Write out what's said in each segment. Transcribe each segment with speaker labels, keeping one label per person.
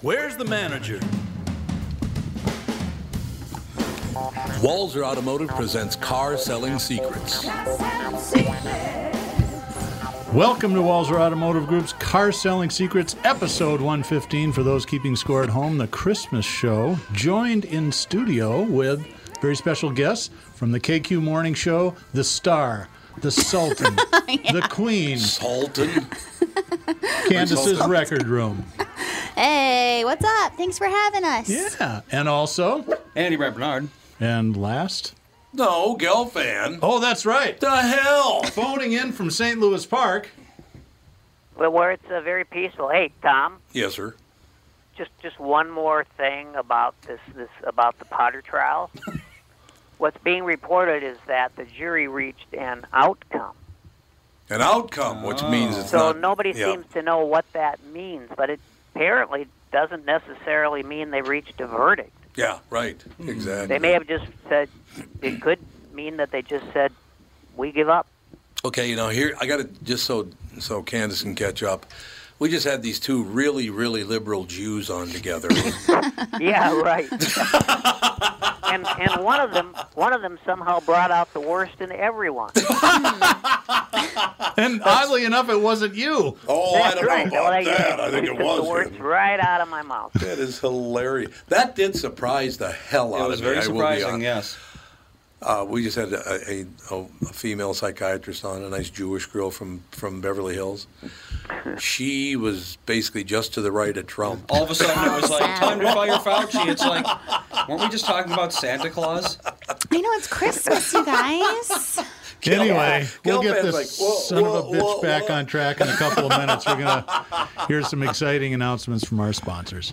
Speaker 1: Where's the manager? Walzer Automotive presents Car Selling Secrets.
Speaker 2: Welcome to Walzer Automotive Group's Car Selling Secrets, episode 115. For those keeping score at home, the Christmas show, joined in studio with very special guests from the KQ Morning Show, the star, the sultan, the queen,
Speaker 1: Sultan.
Speaker 2: Candace's record room.
Speaker 3: Hey, what's up? Thanks for having us.
Speaker 2: Yeah, and also,
Speaker 4: Andy Brad Bernard.
Speaker 2: and last,
Speaker 1: No, Gelfand.
Speaker 2: oh, that's right,
Speaker 1: The hell?
Speaker 2: phoning in from St. Louis Park.
Speaker 5: Well, where it's uh, very peaceful. Hey, Tom,
Speaker 1: Yes, sir.
Speaker 5: just just one more thing about this this about the Potter trial. What's being reported is that the jury reached an outcome.
Speaker 1: An outcome, which means it's
Speaker 5: Oh. So
Speaker 1: not.
Speaker 5: nobody
Speaker 1: yeah.
Speaker 5: seems to know what that means, but it apparently doesn't necessarily mean they reached a verdict.
Speaker 1: Yeah, right. Exactly.
Speaker 5: They may have just said it could mean that they just said we give up.
Speaker 1: Okay, you know, here I got to just so so Candace can catch up. We just had these two really, really liberal Jews on together.
Speaker 5: Yeah, right. and and one of them one of them somehow brought out the worst in everyone.
Speaker 2: And oddly enough, it wasn't you.
Speaker 1: oh, I
Speaker 5: That's
Speaker 1: don't
Speaker 5: right.
Speaker 1: know
Speaker 5: Well,
Speaker 1: about
Speaker 5: they-
Speaker 1: that. I think
Speaker 5: they
Speaker 1: it
Speaker 5: took
Speaker 1: was.
Speaker 5: the words
Speaker 1: him.
Speaker 5: right out of my mouth.
Speaker 1: That is hilarious. That did surprise the hell out
Speaker 4: It was
Speaker 1: of me.
Speaker 4: very
Speaker 1: I will be
Speaker 4: surprising,
Speaker 1: honest.
Speaker 4: yes.
Speaker 1: Uh, we just had a, a, a, a female psychiatrist on, a nice Jewish girl from, from Beverly Hills. She was basically just to the right of Trump.
Speaker 4: All of a sudden, it was like,
Speaker 3: Sad.
Speaker 4: time to fire Fauci. It's like, weren't we just talking about Santa Claus?
Speaker 3: I know it's Christmas, you guys.
Speaker 2: Anyway, we'll
Speaker 1: Gelfand's
Speaker 2: get this
Speaker 1: like, "Whoa,
Speaker 2: son of
Speaker 1: whoa,
Speaker 2: a bitch
Speaker 1: whoa,
Speaker 2: back
Speaker 1: whoa."
Speaker 2: on track in a couple of minutes. We're gonna hear some exciting announcements from our sponsors.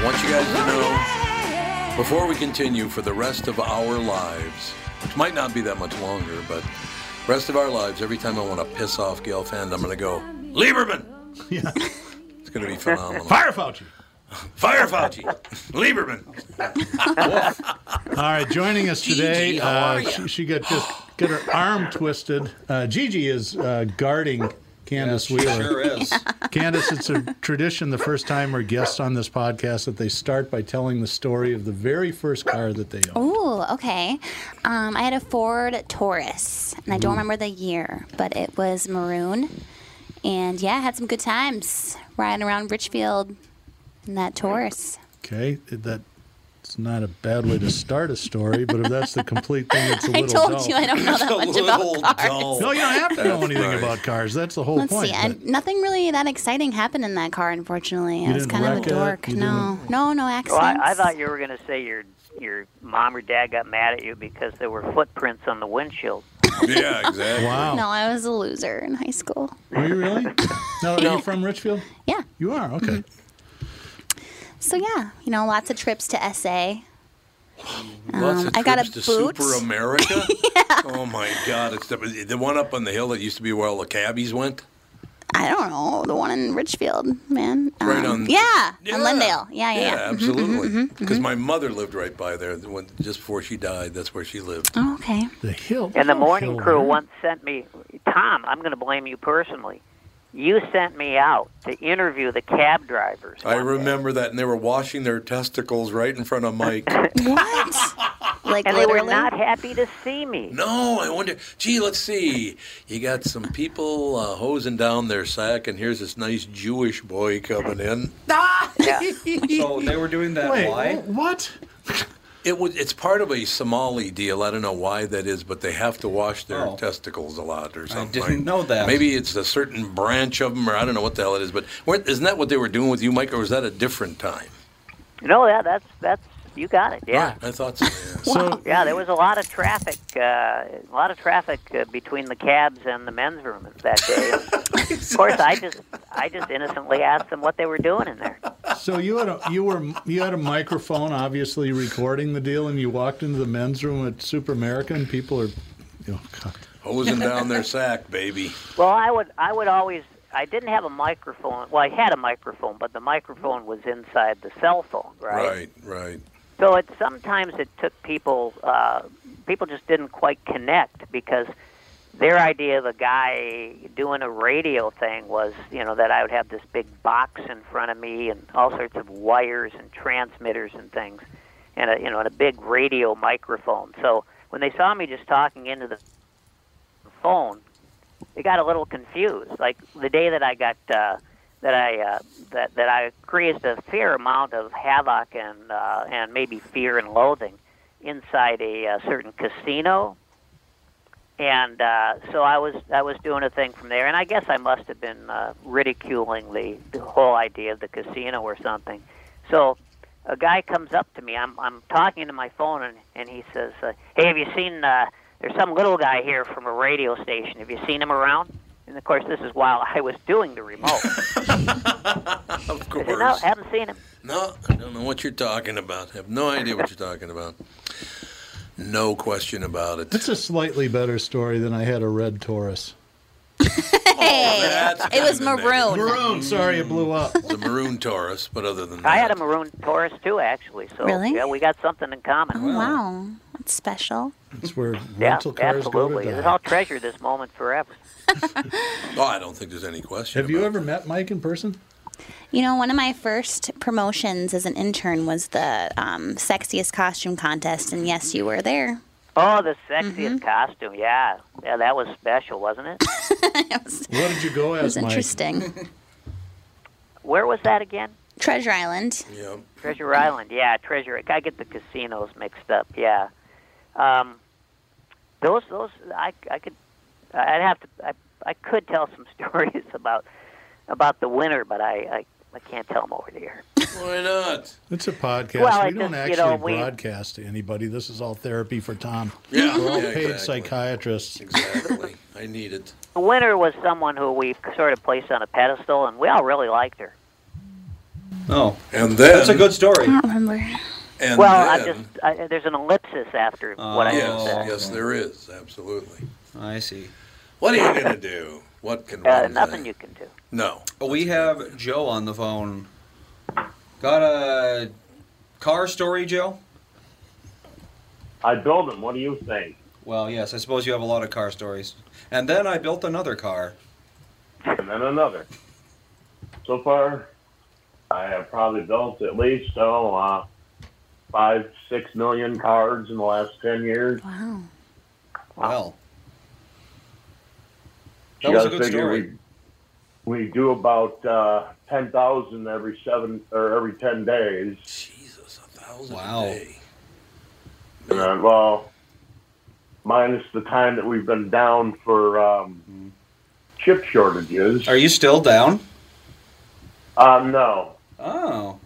Speaker 1: I want you guys to know before we continue for the rest of our lives, which might not be that much longer, but rest of our lives, every time I want to piss off Gail Fand, I'm going to go, Lieberman!
Speaker 2: Yeah.
Speaker 1: It's going to be phenomenal.
Speaker 2: Fire Fauci.
Speaker 1: Fire Fauci! Lieberman!
Speaker 2: All right, joining us today,
Speaker 1: Gigi, how are
Speaker 2: uh,
Speaker 1: ya?
Speaker 2: she, she got just got her arm twisted. Uh, Gigi is uh, guarding Candace
Speaker 4: It
Speaker 2: Wheeler.
Speaker 4: sure is.
Speaker 2: Candace, it's a tradition the first time we're guests on this podcast that they start by telling the story of the very first car that they owned.
Speaker 3: Ooh, okay. Um, I had a Ford Taurus, and I don't remember the year, but it was maroon. And yeah, I had some good times riding around Richfield. in that Taurus.
Speaker 2: Okay, that it's not a bad way to start a story, but if that's the complete thing, it's a
Speaker 3: I
Speaker 2: little.
Speaker 3: told
Speaker 2: dull.
Speaker 3: you I don't know that much about cars.
Speaker 2: No, you don't have to know
Speaker 1: That's
Speaker 2: anything
Speaker 1: right.
Speaker 2: about cars. That's the whole
Speaker 3: Let's
Speaker 2: point.
Speaker 3: see.
Speaker 2: but-
Speaker 3: I, nothing really that exciting happened in that car, unfortunately. I was
Speaker 2: didn't
Speaker 3: kind of
Speaker 2: wreck
Speaker 3: a
Speaker 2: it?
Speaker 3: dork.
Speaker 2: You
Speaker 3: No, no, no
Speaker 5: Well,
Speaker 3: accidents.
Speaker 5: I, I thought you were going to say your your mom or dad got mad at you because there were footprints on the windshield.
Speaker 1: Yeah, exactly.
Speaker 2: wow.
Speaker 3: No, I was a loser in high school.
Speaker 2: Were you really? No, are you from Richfield?
Speaker 3: Yeah. Mm-hmm.
Speaker 2: You are okay.
Speaker 3: So yeah, you know, lots of trips to SA.
Speaker 1: Lots
Speaker 3: Um,
Speaker 1: of
Speaker 3: I got
Speaker 1: trips
Speaker 3: a
Speaker 1: to
Speaker 3: boot.
Speaker 1: Super America. Oh my God! It's the, the one up on the hill that used to be where all the cabbies went.
Speaker 3: I don't know the one in Richfield, man. Um,
Speaker 1: Right on-
Speaker 3: Yeah, on Lindale. Yeah, yeah. Mm-hmm,
Speaker 1: Yeah,
Speaker 3: yeah.
Speaker 1: absolutely. Because
Speaker 3: mm-hmm.
Speaker 1: my mother lived right by there. When, just before she died, that's where she lived.
Speaker 3: Oh, okay.
Speaker 2: The hill.
Speaker 5: And the
Speaker 2: oh,
Speaker 5: morning
Speaker 2: hill,
Speaker 5: crew
Speaker 2: huh?
Speaker 5: once sent me, Tom, I'm going to blame you personally. You sent me out to interview the cab drivers.
Speaker 1: I
Speaker 5: one day.
Speaker 1: remember that, and they were washing their testicles right in front of Mike.
Speaker 3: What? like
Speaker 5: And they
Speaker 3: literally?
Speaker 5: were not happy to see me.
Speaker 1: no, I wonder. Gee, let's see. You got some people uh, hosing down their sack, and here's this nice Jewish boy coming in.
Speaker 4: So they were doing that
Speaker 2: Ah, Wait,
Speaker 4: why?
Speaker 2: what?
Speaker 1: It was. It's part of a Somali deal. I don't know why that is, but they have to wash their
Speaker 4: Oh.
Speaker 1: testicles a lot or
Speaker 4: I
Speaker 1: something.
Speaker 4: didn't know that.
Speaker 1: Maybe it's a certain branch of them, or I don't know what the hell it is. But weren't- isn't that what they were doing with you, Mike, or was that a different time?
Speaker 5: No, yeah, that's that's you got it. Yeah,
Speaker 1: I thought so. yeah.
Speaker 2: So
Speaker 5: yeah. There was a lot of traffic, uh, a lot of traffic uh, between the cabs and the men's room that day. of course, I just I just innocently asked them what they were doing in there.
Speaker 2: so you had a you were you had a microphone obviously recording the deal and you walked into the men's room at Super America and people are you know God.
Speaker 1: Hosing down their sack, baby.
Speaker 5: Well, I would I would always I didn't have a microphone. Well, I had a microphone, but the microphone was inside the cell phone, right?
Speaker 1: Right, right.
Speaker 5: So it sometimes it took people uh, people just didn't quite connect because their idea of a guy doing a radio thing was you know that I would have this big box in front of me and all sorts of wires and transmitters and things and a, you know and a big radio microphone. So when they saw me just talking into the phone, they got a little confused. Like the day that I got uh, that I uh, that that I created a fair amount of havoc and uh, and maybe fear and loathing inside a, uh certain casino. And uh, so I was I was doing a thing from there, and I guess I must have been uh, ridiculing the, the whole idea of the casino or something. So a guy comes up to me. I'm I'm talking to my phone, and and he says, uh, "Hey, have you seen? Uh, there's some little guy here from a radio station. Have you seen him around?" And of course, this is while I was doing the remote. I
Speaker 1: Of
Speaker 5: said, no,
Speaker 1: course.
Speaker 5: haven't seen him.
Speaker 1: No, I don't know what you're talking about. I have no idea what you're talking about. No question about it.
Speaker 2: That's a slightly better story than I had a red Taurus.
Speaker 3: Hey,
Speaker 1: Oh, That's
Speaker 3: it was
Speaker 1: kinda negative.
Speaker 3: maroon.
Speaker 2: Maroon, sorry it blew up.
Speaker 1: It's a maroon Taurus, but other than that,
Speaker 5: I had a maroon Taurus too, actually. So
Speaker 3: Really?
Speaker 5: yeah, we got something in common.
Speaker 3: Oh, wow, that's special.
Speaker 2: That's where
Speaker 5: Yeah,
Speaker 2: rental cars
Speaker 5: absolutely.
Speaker 2: go to die.
Speaker 5: I'll treasure this moment forever.
Speaker 1: Oh, I don't think there's any question.
Speaker 2: Have you
Speaker 1: about
Speaker 2: ever met Mike in person?
Speaker 3: You know, one of my first promotions as an intern was the um, sexiest costume contest, and yes, you were there.
Speaker 5: Oh, the sexiest
Speaker 3: Mm-hmm.
Speaker 5: costume. Yeah, yeah, that was special, wasn't it?
Speaker 3: It was, it
Speaker 2: What did you go as,
Speaker 3: was
Speaker 2: Mike?
Speaker 3: interesting.
Speaker 5: Where was that again?
Speaker 3: Treasure Island.
Speaker 1: it. Yeah.
Speaker 5: Treasure Island, yeah, Treasure. I get the casinos mixed up, yeah. Um, those, those, I, I could, I'd have to, I, I could tell some stories about, about the winter, but I, I, I can't tell them over the air.
Speaker 1: Why not?
Speaker 2: It's a podcast.
Speaker 5: Well,
Speaker 2: we
Speaker 5: it
Speaker 2: don't
Speaker 5: just,
Speaker 2: actually
Speaker 5: you know, we-
Speaker 2: broadcast to anybody. This is all therapy for Tom.
Speaker 1: Yeah,
Speaker 2: We're all
Speaker 1: yeah,
Speaker 2: paid
Speaker 1: exactly.
Speaker 2: psychiatrists.
Speaker 1: Exactly. I need it.
Speaker 5: The winner was someone who we sort of placed on a pedestal, and we all really liked her.
Speaker 4: Oh,
Speaker 1: And then
Speaker 4: that's a good story.
Speaker 3: I don't remember.
Speaker 1: And
Speaker 5: Well,
Speaker 1: then,
Speaker 5: I just, I, there's an ellipsis after
Speaker 2: Oh,
Speaker 5: what I
Speaker 1: yes,
Speaker 5: just said.
Speaker 1: yes, there is absolutely.
Speaker 4: I see.
Speaker 1: What are you gonna do? What can
Speaker 5: Uh,
Speaker 1: one
Speaker 5: nothing
Speaker 1: do?
Speaker 5: you can do.
Speaker 1: No.
Speaker 4: we have Joe on the phone. Got a car story, Joe?
Speaker 6: I build them. What do you think?
Speaker 4: Well, yes, I suppose you have a lot of car stories. And then I built another car.
Speaker 6: And then another. So far, I have probably built at least oh, uh, five, six million cards in the last ten years.
Speaker 3: Wow.
Speaker 4: Well, that
Speaker 6: You
Speaker 4: was a
Speaker 6: gotta
Speaker 4: good
Speaker 6: figure
Speaker 4: story.
Speaker 6: We, we do about uh, ten thousand every seven or every ten days.
Speaker 1: Jesus, a thousand
Speaker 4: Wow.
Speaker 1: a day.
Speaker 6: And then, Uh, well, minus the time that we've been down for um, chip shortages.
Speaker 4: Are you still down?
Speaker 6: Uh, no,
Speaker 4: Oh.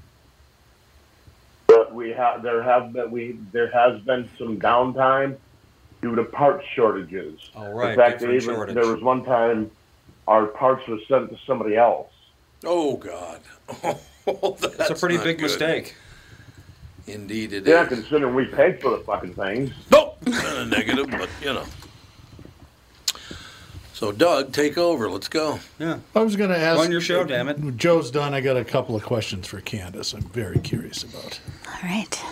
Speaker 6: but we have there have been we there has been some downtime due to parts shortages.
Speaker 4: Oh, right,
Speaker 6: In fact,
Speaker 4: different
Speaker 6: they even,
Speaker 4: shortage.
Speaker 6: there was one time our parts were sent to somebody else.
Speaker 1: Oh God. Oh, that's,
Speaker 4: That's, a pretty
Speaker 1: not
Speaker 4: big
Speaker 1: good.
Speaker 4: mistake.
Speaker 1: Indeed, it is.
Speaker 6: Yeah, considering we paid for the fucking things.
Speaker 1: Nope. Not a negative, but you know. So, Doug, take over. Let's go.
Speaker 4: Yeah.
Speaker 2: I was going to ask.
Speaker 4: Run your show, damn it.
Speaker 2: Joe's done. I got a couple of questions for Candace. I'm very curious about.
Speaker 3: All right.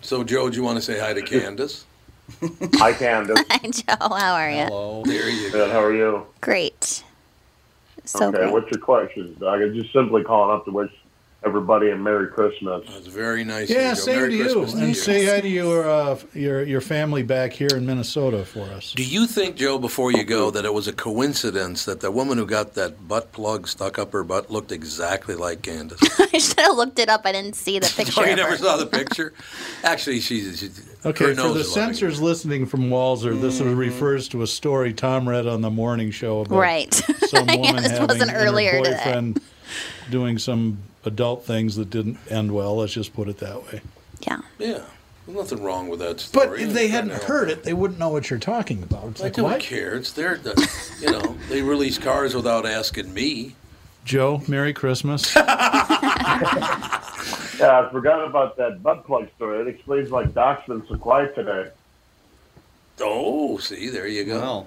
Speaker 1: So, Joe, do you want to say hi to Candace?
Speaker 6: I can. do-
Speaker 3: Hi, Joe. How are you?
Speaker 4: Hello.
Speaker 1: Oh, There you go.
Speaker 6: Yeah, how are you?
Speaker 3: Great. So
Speaker 6: okay,
Speaker 3: great.
Speaker 6: what's your questions, Doug? I'm just simply calling up to wish everybody a Merry Christmas.
Speaker 1: That's very nice. of
Speaker 2: Yeah,
Speaker 1: you, Joe.
Speaker 2: same
Speaker 1: Merry
Speaker 2: to you.
Speaker 1: Christmas
Speaker 2: And say hi to your uh, your your family back here in Minnesota for us.
Speaker 1: Do you think, Joe, before you go, that it was a coincidence that the woman who got that butt plug stuck up her butt looked exactly like Candace?
Speaker 3: I should have looked it up. I didn't see the picture.
Speaker 1: oh, you
Speaker 3: of her.
Speaker 1: never saw the picture? Actually, she's. she's
Speaker 2: Okay,
Speaker 1: her
Speaker 2: for
Speaker 1: nose
Speaker 2: the
Speaker 1: is loving it.
Speaker 2: censors listening from Walzer, this
Speaker 5: Mm-hmm.
Speaker 2: refers to a story Tom read on the morning show about
Speaker 3: Right.
Speaker 2: some
Speaker 3: Yeah,
Speaker 2: woman
Speaker 3: this
Speaker 2: having
Speaker 3: wasn't
Speaker 2: and her
Speaker 3: earlier today.
Speaker 2: boyfriend doing some adult things that didn't end well. Let's just put it that way.
Speaker 3: Yeah.
Speaker 1: Yeah. There's nothing wrong with that story.
Speaker 2: But if they hadn't heard it, they wouldn't know what you're talking about. It's
Speaker 1: I
Speaker 2: like,
Speaker 1: don't
Speaker 2: what?
Speaker 1: care. It's their, you know, they release cars without asking me.
Speaker 2: Joe, Merry Christmas.
Speaker 6: Yeah, I forgot about that butt plug story. It explains why Doc's been so quiet today.
Speaker 1: Oh, see, there you go.
Speaker 4: Well,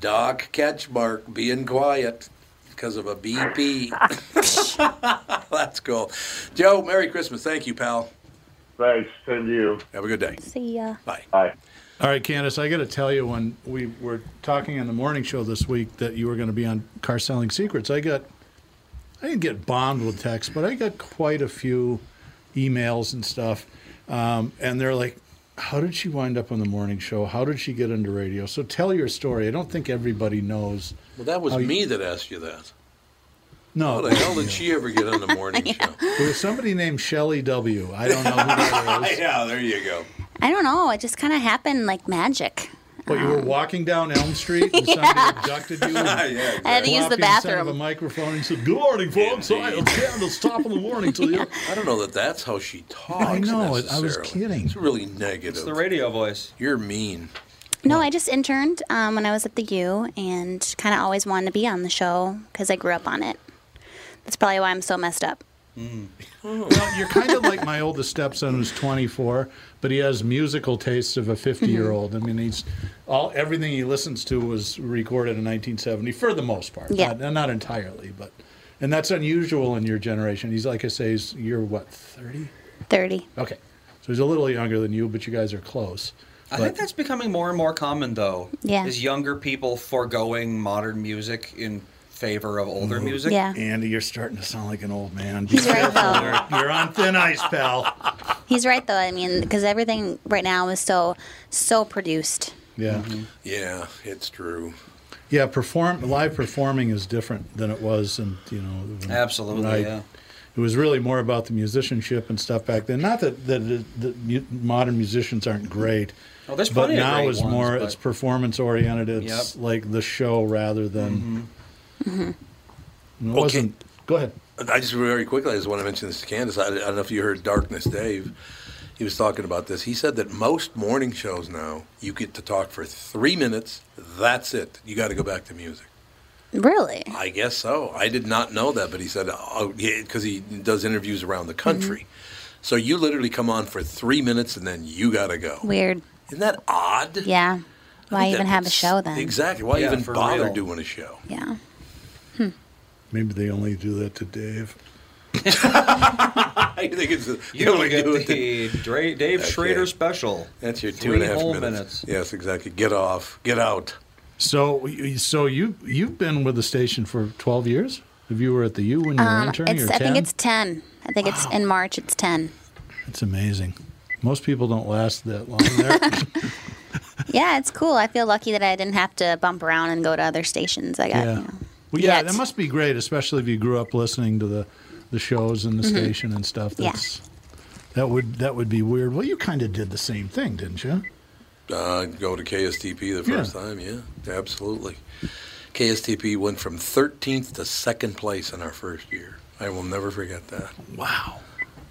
Speaker 1: Doc Catchmark being quiet because of a BP. That's cool. Joe, Merry Christmas. Thank you, pal.
Speaker 6: Thanks, send you.
Speaker 1: Have a good day.
Speaker 3: See ya.
Speaker 1: Bye.
Speaker 6: Bye.
Speaker 2: All right, Candace, I got to tell you, when we were talking on the morning show this week that you were going to be on Car Selling Secrets, I got, I didn't get bombed with texts, but I got quite a few emails and stuff. Um, and they're like, how did she wind up on the morning show? How did she get into radio? So tell your story. I don't think everybody knows.
Speaker 1: Well, that was
Speaker 2: How you- Oh,
Speaker 1: me that asked you that.
Speaker 2: No,
Speaker 1: How the hell did she ever get on the morning show?
Speaker 2: there was somebody named Shelley W. I don't know who that is.
Speaker 1: yeah, Oh, there you go.
Speaker 3: I don't know. It just kind of happened like magic.
Speaker 2: But you were walking down Elm Street and somebody abducted you. and-
Speaker 1: Yeah,
Speaker 3: I had to use the
Speaker 2: Floppy in front of a
Speaker 3: bathroom.
Speaker 2: microphone and said, "Good morning, folks. I am Candace. Top of the morning to you."
Speaker 1: I don't know that that's how she talks.
Speaker 2: I know it. I was
Speaker 1: Oh, necessarily.
Speaker 2: kidding.
Speaker 1: It's really negative.
Speaker 4: it's the radio voice.
Speaker 1: You're mean.
Speaker 3: No, I just interned um, when I was at the U and kind of always wanted to be on the show because I grew up on it. That's probably why I'm so messed up.
Speaker 1: Mm.
Speaker 3: Mm.
Speaker 2: Well, you're kind of like my oldest stepson who's 24, but he has musical tastes of a 50-year-old. I mean, he's all everything he listens to was recorded in 1970 for the most part.
Speaker 3: Yeah.
Speaker 2: Not, not entirely, but and that's unusual in your generation. He's like I say, he's, you're what 30?
Speaker 3: 30.
Speaker 2: Okay, so he's a little younger than you, but you guys are close.
Speaker 4: I
Speaker 2: But-
Speaker 4: think that's becoming more and more common, though.
Speaker 3: Yeah.
Speaker 4: Is younger people foregoing modern music in favor of older
Speaker 2: Mm-hmm.
Speaker 4: music?
Speaker 3: Yeah.
Speaker 2: Andy, you're starting to sound like an old man.
Speaker 3: He's right, though.
Speaker 2: You're on thin ice, pal.
Speaker 3: He's right, though. I mean, because everything right now is so, so produced.
Speaker 2: Yeah.
Speaker 1: Mm-hmm. Yeah, it's true.
Speaker 2: Yeah, perform live performing is different than it was, and you know, when-
Speaker 4: Absolutely,
Speaker 2: when I-
Speaker 4: yeah.
Speaker 2: It was really more about the musicianship and stuff back then. Not that that, that, mu- modern musicians aren't great,
Speaker 4: Oh, there's
Speaker 2: but
Speaker 4: plenty of
Speaker 2: now
Speaker 4: great
Speaker 2: it's
Speaker 4: ones,
Speaker 2: more
Speaker 4: but-
Speaker 2: it's performance oriented. It's
Speaker 4: Yep. Mm-hmm.
Speaker 2: like the show rather than.
Speaker 6: Mm-hmm.
Speaker 2: And it
Speaker 1: Okay.
Speaker 2: wasn't. Go ahead.
Speaker 1: I just very quickly, I just want to mention this to Candace. I, I don't know if you heard Darkness Dave. He was talking about this. He said that most morning shows now, you get to talk for three minutes. That's it. You got to go back to music.
Speaker 3: Really?
Speaker 1: I guess so. I did not know that, but he said, because he does interviews around the country. So you literally come on for three minutes and then you got to go.
Speaker 3: Weird.
Speaker 1: Isn't that odd?
Speaker 3: Yeah. Why even have a show then?
Speaker 1: Exactly. Why
Speaker 4: Yeah,
Speaker 1: even
Speaker 4: for
Speaker 1: bother
Speaker 4: real.
Speaker 1: doing a show?
Speaker 3: Yeah.
Speaker 2: Maybe they only do that to Dave.
Speaker 1: I think it's
Speaker 4: You
Speaker 1: the
Speaker 4: don't
Speaker 1: only
Speaker 4: get
Speaker 1: do it to-
Speaker 4: the Dra- Dave Schrader special.
Speaker 1: That's your two
Speaker 4: Three
Speaker 1: and a half
Speaker 4: whole
Speaker 1: minutes.
Speaker 4: minutes.
Speaker 1: Yes, exactly. Get off. Get out.
Speaker 2: So, you- so you you've been with the station for twelve years. If you were at the U when you were
Speaker 3: Um,
Speaker 2: interning,
Speaker 3: it's,
Speaker 2: or
Speaker 3: I
Speaker 2: 10?
Speaker 3: think it's 10. I think it's in March, it's 10.
Speaker 2: It's amazing. Most people don't last that long there.
Speaker 3: Yeah, it's cool. I feel lucky that I didn't have to bump around and go to other stations. I got,
Speaker 2: yeah.
Speaker 3: you know,
Speaker 2: Well, yeah,
Speaker 3: Yet.
Speaker 2: that must be great, especially if you grew up listening to the, the shows and the
Speaker 3: Mhm.
Speaker 2: station and stuff.
Speaker 3: Yeah.
Speaker 2: That's that would that would be weird. Well, you kind of did the same thing, didn't you?
Speaker 1: Uh, go to KSTP the
Speaker 2: Yeah.
Speaker 1: first time, yeah, absolutely. KSTP went from 13th to second place in our first year. I will never forget that.
Speaker 2: Wow.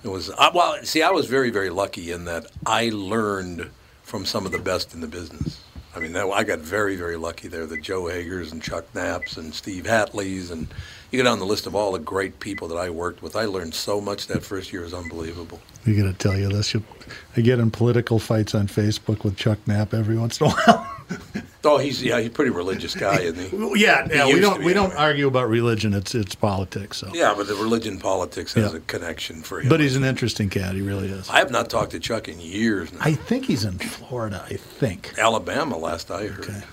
Speaker 1: It was uh, well. See, I was very, very lucky in that I learned from some of the best in the business. I mean, that, I got very, very lucky there. The Joe Hagers and Chuck Knapps and Steve Hatleys and you go down the list of all the great people that I worked with. I learned so much that first year is unbelievable.
Speaker 2: We gotta tell you this. You, I get in political fights on Facebook with Chuck Knapp every once in a while.
Speaker 1: Oh, he's yeah, he's a pretty religious guy, isn't he?
Speaker 2: Well, yeah,
Speaker 1: He
Speaker 2: yeah.
Speaker 1: used
Speaker 2: We
Speaker 1: to
Speaker 2: don't
Speaker 1: be
Speaker 2: we don't argue about religion. It's it's politics. So,
Speaker 1: Yeah, but the religion politics has
Speaker 2: Yeah.
Speaker 1: a connection for him.
Speaker 2: but he's an interesting cat. He really is.
Speaker 1: I have not talked to Chuck in years now.
Speaker 2: I think he's in Florida. I think.
Speaker 1: Alabama, last I heard.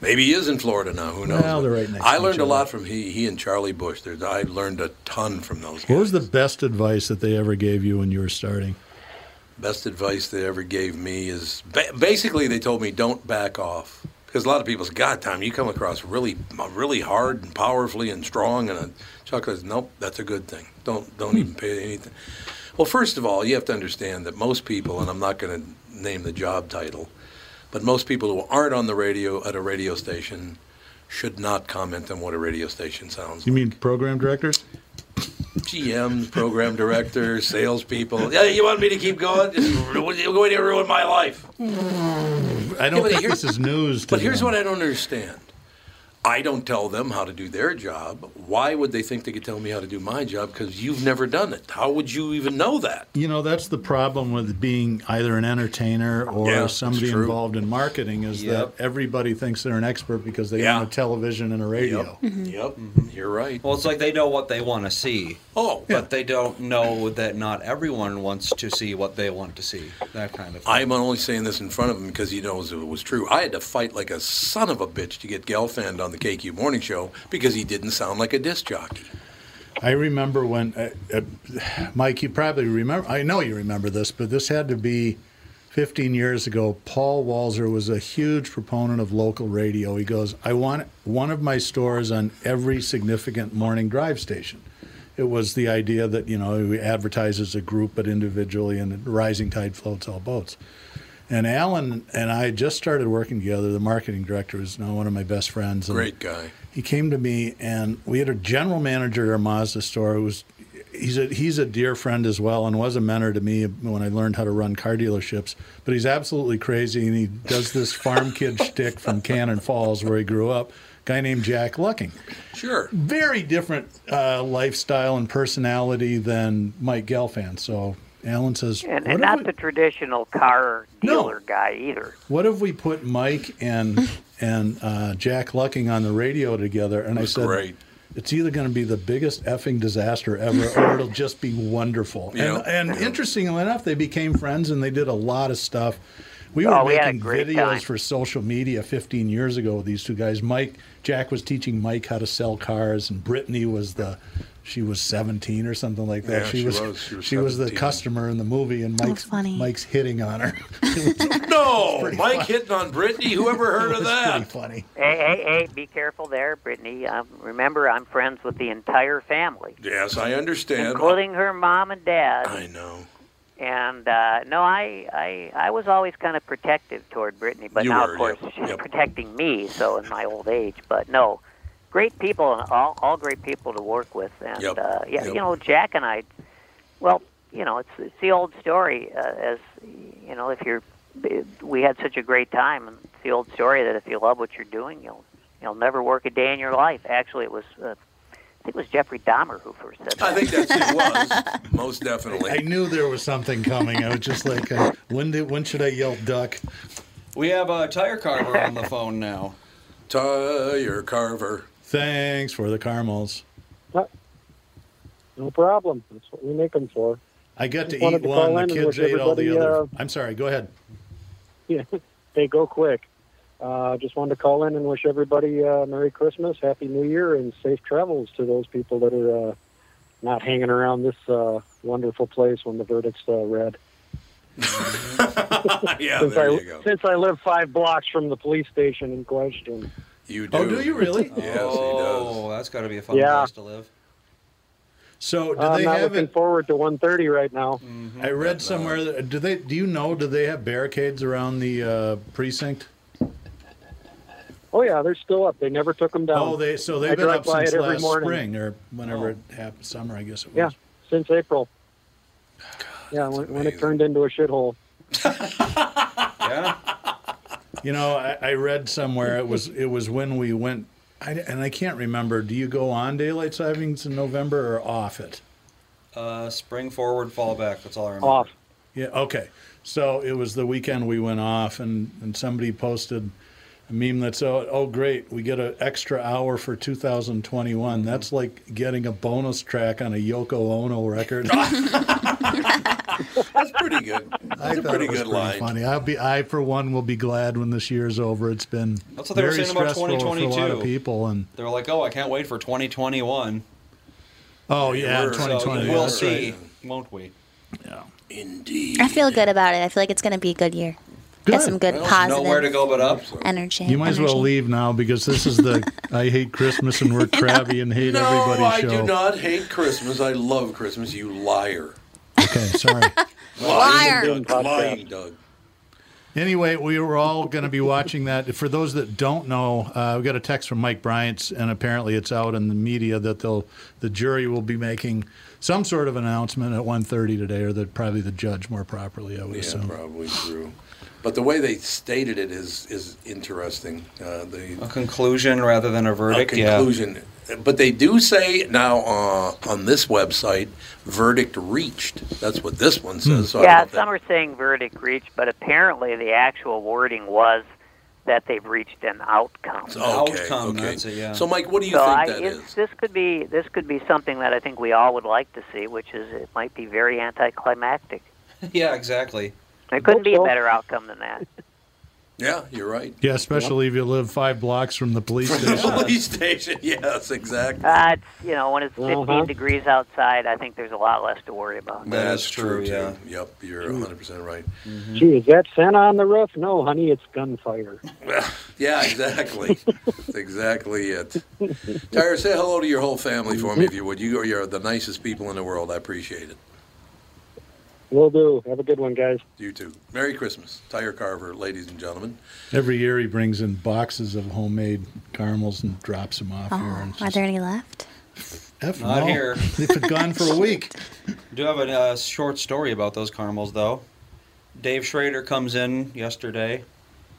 Speaker 1: Maybe he is in Florida now. Who knows?
Speaker 2: Well, they're right next
Speaker 1: I
Speaker 2: to each
Speaker 1: learned a
Speaker 2: other.
Speaker 1: lot from he, he and Charlie Bush. There's, I learned a ton from those guys.
Speaker 2: What was the best advice that they ever gave you when you were starting?
Speaker 1: Best advice they ever gave me is ba- basically they told me don't back off because a lot of people say, "God, Tom, you come across really, really hard and powerfully and strong." And uh, Chuck says, "Nope, that's a good thing. Don't don't even pay anything." Well, first of all, you have to understand that most people, and I'm not going to name the job title, but most people who aren't on the radio at a radio station should not comment on what a radio station sounds
Speaker 2: You mean program directors?
Speaker 1: GMs, program directors, salespeople. Yeah, you want me to keep going? This is ru- You're going to ruin my life.
Speaker 2: I
Speaker 1: Yeah,
Speaker 2: don't
Speaker 1: but
Speaker 2: think
Speaker 1: here's-
Speaker 2: this is news. To
Speaker 1: But here's
Speaker 2: them.
Speaker 1: what I don't understand. I don't tell them how to do their job. Why would they think they could tell me how to do my job? Because you've never done it. How would you even know that?
Speaker 2: You know, that's the problem with being either an entertainer or
Speaker 1: Yeah, it's
Speaker 2: somebody
Speaker 1: true.
Speaker 2: involved in marketing is
Speaker 4: Yep.
Speaker 2: that everybody thinks they're an expert because they
Speaker 1: Yeah.
Speaker 2: own a television and a radio.
Speaker 4: Mm-hmm.
Speaker 1: Yep, you're right.
Speaker 4: Well, it's like they know what they want to see,
Speaker 1: Oh,
Speaker 4: but they don't know that not everyone wants to see what they want to see. That kind of thing.
Speaker 1: I'm only saying this in front of him because he knows it was true. I had to fight like a son of a bitch to get Gelfand on the KQ Morning Show because he didn't sound like a disc jockey.
Speaker 2: I remember when, uh, uh, Mike, you probably remember, I know you remember this, but this had to be 15 years ago. Paul Walzer was a huge proponent of local radio. He goes, I want one of my stores on every significant morning drive station. It was the idea that, you know, we advertise as a group, but individually, and rising tide floats all boats. And Alan and I just started working together. The marketing director is now one of my best friends. and-
Speaker 1: Great guy.
Speaker 2: he came to me and we had a general manager at our Mazda store who was he's a he's a dear friend as well and was a mentor to me when I learned how to run car dealerships. But he's absolutely crazy and he does this farm kid shtick from Cannon Falls where he grew up. Guy named Jack Lucking
Speaker 1: Sure.
Speaker 2: very different uh, lifestyle and personality than Mike Gelfand. So Alan says,
Speaker 5: And,
Speaker 2: what,
Speaker 5: and not
Speaker 2: if
Speaker 5: the
Speaker 2: we,
Speaker 5: traditional car
Speaker 2: No.
Speaker 5: dealer guy either.
Speaker 2: what if we put Mike and and uh, Jack Lucking on the radio together? And I said,
Speaker 1: Great.
Speaker 2: It's either going to be the biggest effing disaster ever, or it'll just be wonderful.
Speaker 1: Yeah.
Speaker 2: And, and interestingly enough, they became friends and they did a lot of stuff. We were
Speaker 5: Oh, we had a
Speaker 2: making
Speaker 5: great
Speaker 2: videos
Speaker 5: time.
Speaker 2: for social media 15 years ago with these two guys. Mike Jack was teaching Mike how to sell cars, and Brittany was the she was 17 or something like that.
Speaker 1: Yeah, she was. She was
Speaker 2: she was the
Speaker 1: 17.
Speaker 2: customer in the movie, and Mike's
Speaker 3: funny.
Speaker 2: Mike's hitting on her. It was
Speaker 1: No, Mike hitting on Brittany. Whoever heard of
Speaker 2: pretty
Speaker 1: that?
Speaker 2: funny.
Speaker 5: Hey, hey, hey, be careful there, Brittany. Um, remember, I'm friends with the entire family,
Speaker 1: Yes, I understand.
Speaker 5: including her mom and dad.
Speaker 1: I know.
Speaker 5: And uh, no, I, I I was always kind of protective toward Brittany, but
Speaker 1: You
Speaker 5: now
Speaker 1: were,
Speaker 5: of course
Speaker 1: yep,
Speaker 5: she's
Speaker 1: yep.
Speaker 5: protecting me. So in my old age, but no, great people, and all all great people to work with, and
Speaker 1: Yep,
Speaker 5: uh, yeah,
Speaker 1: yep.
Speaker 5: you know Jack and I. Well, you know it's it's the old story. Uh, as you know, if you're we had such a great time, and it's the old story that if you love what you're doing, you'll you'll never work a day in your life. Actually, it was uh, I think it was Jeffrey Dahmer who first said that.
Speaker 1: I think that's it was most definitely.
Speaker 2: I knew there was something coming. I was just like, uh, when did when should I yell duck?
Speaker 4: we have a tire carver on the phone now.
Speaker 1: Tire Carver.
Speaker 2: Thanks for the caramels.
Speaker 7: No problem. That's what we make them for.
Speaker 2: I got to
Speaker 7: Just wanted
Speaker 2: eat
Speaker 7: to
Speaker 2: one.
Speaker 7: call
Speaker 2: The
Speaker 7: in and
Speaker 2: kids
Speaker 7: wish
Speaker 2: ate all the
Speaker 7: everybody,
Speaker 2: other.
Speaker 7: uh,
Speaker 2: I'm sorry. Go ahead.
Speaker 7: Yeah, they go quick. Uh, just wanted to call in and wish everybody uh, Merry Christmas, Happy New Year, and safe travels to those people that are uh, not hanging around this uh, wonderful place when the verdict's uh, read.
Speaker 1: yeah,
Speaker 7: Since
Speaker 1: there
Speaker 7: I
Speaker 1: you go.
Speaker 7: since I live five blocks from the police station in question,
Speaker 1: You do.
Speaker 2: Oh, do you really?
Speaker 1: yes, he does.
Speaker 4: Oh, that's got to be a fun
Speaker 7: Yeah.
Speaker 4: place to live.
Speaker 2: So do
Speaker 7: I'm
Speaker 2: Oh, they
Speaker 7: Uh, not
Speaker 2: have
Speaker 7: looking
Speaker 2: it?
Speaker 7: forward to 1:30 right now.
Speaker 2: I read somewhere. That, do they? Do you know? Do they have barricades around the uh, precinct?
Speaker 7: Oh yeah, they're still up. They never took them down.
Speaker 2: Oh, they so they've
Speaker 7: I
Speaker 2: been
Speaker 7: drive
Speaker 2: up
Speaker 7: by
Speaker 2: since
Speaker 7: it every
Speaker 2: last
Speaker 7: morning.
Speaker 2: spring or whenever it happened. Summer, I guess it was.
Speaker 7: Yeah, since April. yeah, when, when it turned into a shithole.
Speaker 4: Yeah.
Speaker 2: You know, I, I read somewhere it was it was when we went, I, and I can't remember. Do you go on daylight savings in November or off it?
Speaker 4: Uh, spring forward, fall back. That's all I remember.
Speaker 7: Off.
Speaker 2: Yeah. Okay. So it was the weekend we went off, and and somebody posted a meme that's oh, oh great, we get an extra hour for 2021. That's like getting a bonus track on a Yoko Ono record.
Speaker 1: That's pretty good. That's
Speaker 2: I
Speaker 1: a
Speaker 2: thought
Speaker 1: pretty
Speaker 2: it was
Speaker 1: good
Speaker 2: pretty
Speaker 1: line.
Speaker 2: funny. I'll be, I for one, will be glad when this year's over. It's been
Speaker 4: That's what they were
Speaker 2: very
Speaker 4: saying about
Speaker 2: stressful for a lot of
Speaker 4: 2022.
Speaker 2: people, and
Speaker 4: They were like, "Oh, I can't wait for 2021."
Speaker 2: oh yeah,
Speaker 1: were. So,
Speaker 2: 2020.
Speaker 4: So we'll
Speaker 2: that's right.
Speaker 4: see, won't we?
Speaker 1: Indeed.
Speaker 3: I feel good about it. I feel like it's going to be a good year.
Speaker 2: Good.
Speaker 3: Got some good
Speaker 4: There's
Speaker 3: positive
Speaker 4: nowhere to go but up.
Speaker 3: energy.
Speaker 2: You might as well
Speaker 3: energy.
Speaker 2: leave now because this is the I hate Christmas and we're crabby and hate
Speaker 1: No,
Speaker 2: everybody
Speaker 1: I
Speaker 2: show.
Speaker 1: do not hate Christmas. I love Christmas. You liar.
Speaker 2: Okay, sorry.
Speaker 3: Liar.
Speaker 1: Doug, lying, Doug.
Speaker 2: anyway, we were all going to be watching that. For those that don't know, uh, we got a text from Mike Bryant, and apparently it's out in the media that they'll the jury will be making some sort of announcement at 1.30 today, or that probably the judge more properly, I would
Speaker 1: Yeah,
Speaker 2: assume.
Speaker 1: probably true. But the way they stated it is is interesting. Uh, the
Speaker 4: A conclusion rather than a
Speaker 1: a
Speaker 4: verdict.
Speaker 1: conclusion. But they do say now uh, on this website, verdict reached. That's what this one says. So I
Speaker 5: yeah,
Speaker 1: don't know if
Speaker 5: some are saying verdict reached, but apparently the actual wording was that they've reached an outcome.
Speaker 1: that- okay,
Speaker 4: Outcome,
Speaker 1: okay.
Speaker 4: that's it, yeah.
Speaker 1: So, Mike, what do you
Speaker 5: so
Speaker 1: think
Speaker 5: I,
Speaker 1: that
Speaker 5: it's-
Speaker 1: is?
Speaker 5: this could be this could be something that I think we all would like to see, which is it might be very anticlimactic.
Speaker 4: Yeah. Yeah. Exactly.
Speaker 5: There couldn't be a
Speaker 7: so.
Speaker 5: better outcome than that.
Speaker 1: Yeah, you're right.
Speaker 2: Yeah, especially if you live five blocks from the police station.
Speaker 1: Police station. Yes, exactly.
Speaker 5: Uh, it's, you know, when it's 15
Speaker 7: Uh-huh.
Speaker 5: degrees outside, I think there's a lot less to worry about.
Speaker 4: That
Speaker 1: That's
Speaker 4: is true,
Speaker 1: too.
Speaker 4: yeah.
Speaker 1: Yep, you're 100 percent right.
Speaker 7: Gee, is that Santa on the roof? No, honey, it's gunfire.
Speaker 1: Yeah, exactly. That's exactly it. Tyra, say hello to your whole family for me if you would. You you're the nicest people in the world. I appreciate it.
Speaker 7: Will do. Have a good one, guys.
Speaker 1: You too. Merry Christmas, Tyre Carver, ladies and gentlemen.
Speaker 2: Every year he brings in boxes of homemade caramels and drops them off here.
Speaker 3: Oh,
Speaker 2: And
Speaker 3: are
Speaker 2: just,
Speaker 3: there any left?
Speaker 2: F
Speaker 4: Not
Speaker 2: no.
Speaker 4: here.
Speaker 2: They've been gone for a week.
Speaker 4: I do have a uh, short story about those caramels, though. Dave Schrader comes in yesterday,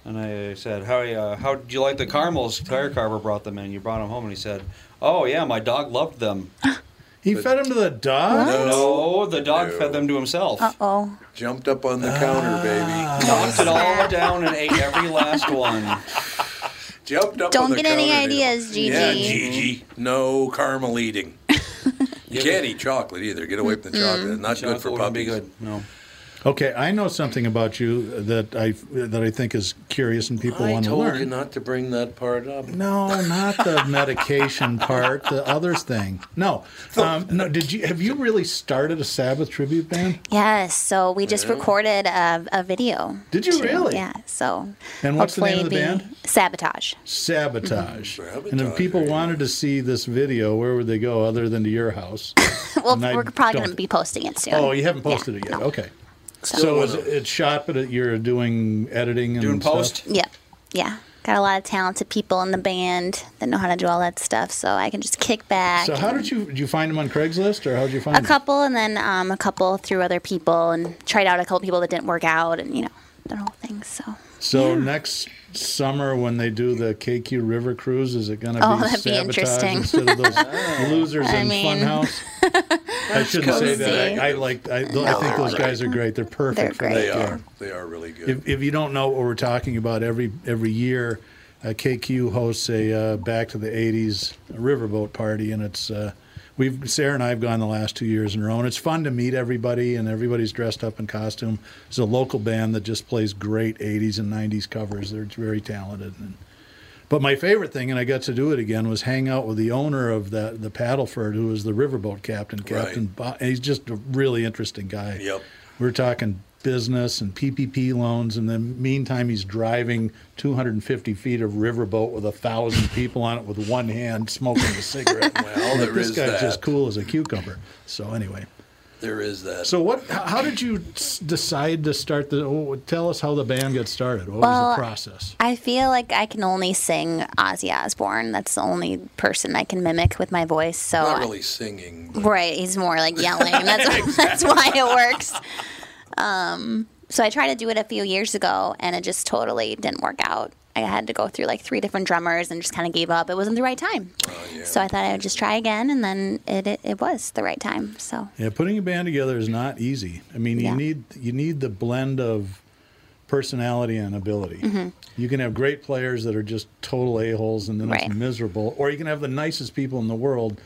Speaker 4: and I said, "How uh, how did you like the caramels? Tire Carver brought them in. You brought them home." And he said, "Oh yeah, my dog loved them."
Speaker 2: He fed them to the dog.
Speaker 4: No, the dog
Speaker 1: No.
Speaker 4: fed them to himself.
Speaker 3: Uh oh.
Speaker 1: Jumped up on the
Speaker 2: Ah.
Speaker 1: counter, baby.
Speaker 4: Knocked it all down and ate every last one.
Speaker 1: Jumped up. on
Speaker 3: Don't
Speaker 1: the
Speaker 3: get any
Speaker 1: counter, baby.
Speaker 3: ideas, Gigi.
Speaker 1: Yeah, Gigi. No caramel eating. You can't eat chocolate either. Get away from the chocolate. Not good for
Speaker 4: Chocolate wouldn't be
Speaker 1: puppies.
Speaker 4: good. No.
Speaker 2: Okay, I know something about you that I that I think is curious and people
Speaker 1: I
Speaker 2: want to
Speaker 1: told you
Speaker 2: learn.
Speaker 1: not to bring that part up.
Speaker 2: No, not the medication part, the others thing. No, um, no. Did you have you really started a Sabbath tribute band?
Speaker 3: Yes. So we just recorded a, a video.
Speaker 2: Did you
Speaker 3: too.
Speaker 2: really?
Speaker 3: Yeah. So.
Speaker 2: And what's the
Speaker 3: hopefully
Speaker 2: name of the
Speaker 3: it'll be
Speaker 2: band?
Speaker 3: Sabotage.
Speaker 2: Sabotage.
Speaker 1: Sabotage,
Speaker 2: And if people
Speaker 1: yeah.
Speaker 2: wanted to see this video, where would they go other than to your house?
Speaker 3: well,
Speaker 2: And I
Speaker 3: we're probably going
Speaker 2: don't-
Speaker 3: to be posting it soon.
Speaker 2: Oh, you haven't posted it yet. Okay. So is it, it's shot, but it, you're doing editing and
Speaker 4: Doing
Speaker 2: stuff?
Speaker 4: post.
Speaker 3: Yep. Yeah. Got a lot of talented people in the band that know how to do all that stuff, so I can just kick back.
Speaker 2: So how
Speaker 3: and-
Speaker 2: did you did you find them on Craigslist or how did you find
Speaker 3: a
Speaker 2: them?
Speaker 3: couple, and then um, a couple through other people, and tried out a couple people that didn't work out, and you know, their whole thing. So
Speaker 2: So next summer when they do the KQ River Cruise, is it going to
Speaker 3: Oh,
Speaker 2: be
Speaker 3: that'd be
Speaker 2: sabotage
Speaker 3: interesting.
Speaker 2: instead of those losers in
Speaker 3: mean-
Speaker 2: Funhouse? I shouldn't say that.
Speaker 3: cozy.
Speaker 2: I, I like. I, I think those guys are great. They're perfect
Speaker 3: They're
Speaker 2: for
Speaker 3: great.
Speaker 2: that
Speaker 1: They
Speaker 2: gig.
Speaker 1: are. They are really good.
Speaker 2: If, if you don't know what we're talking about, every every year, uh, KQ hosts a uh, back to the '80s riverboat party, and it's uh, we've Sarah and I have gone the last two years in a row, and it's fun to meet everybody, and everybody's dressed up in costume. It's a local band that just plays great '80s and '90s covers. They're very talented. And, but my favorite thing, and I got to do it again, was hang out with the owner of the the Paddleford, who was the riverboat captain,
Speaker 1: Right.
Speaker 2: Captain. Bo- and he's just a really interesting guy.
Speaker 1: Yep.
Speaker 2: We were talking business and PPP loans. In the meantime, he's driving 250 feet of riverboat with a thousand people on it with one hand, smoking a cigarette.
Speaker 1: Well,
Speaker 2: Like,
Speaker 1: there
Speaker 2: this
Speaker 1: is
Speaker 2: guy's
Speaker 1: that.
Speaker 2: just cool as a cucumber. So anyway,
Speaker 1: There is that.
Speaker 2: so what? h- How did you s- decide to start the? oh, Tell us how the band got started. What was
Speaker 3: Well,
Speaker 2: the process?
Speaker 3: I feel like I can only sing Ozzy Osbourne. That's the only person I can mimic with my voice. So
Speaker 1: not really singing.
Speaker 3: Right, he's more like yelling. That's that's why it works. Um, so I tried to do it a few years ago, and it just totally didn't work out. I had to go through like three different drummers and just kind of gave up. It wasn't the right time.
Speaker 1: Oh,
Speaker 3: So I thought I would just try again, and then it, it, it was the right time. So
Speaker 2: Yeah, putting a band together is not easy. I mean, you
Speaker 3: Yeah.
Speaker 2: need you need the blend of personality and ability.
Speaker 6: Mm-hmm.
Speaker 1: Mm-hmm.
Speaker 2: You can have great players that are just total a holes and then it's
Speaker 3: Right.
Speaker 2: miserable, or you can have the nicest people in the world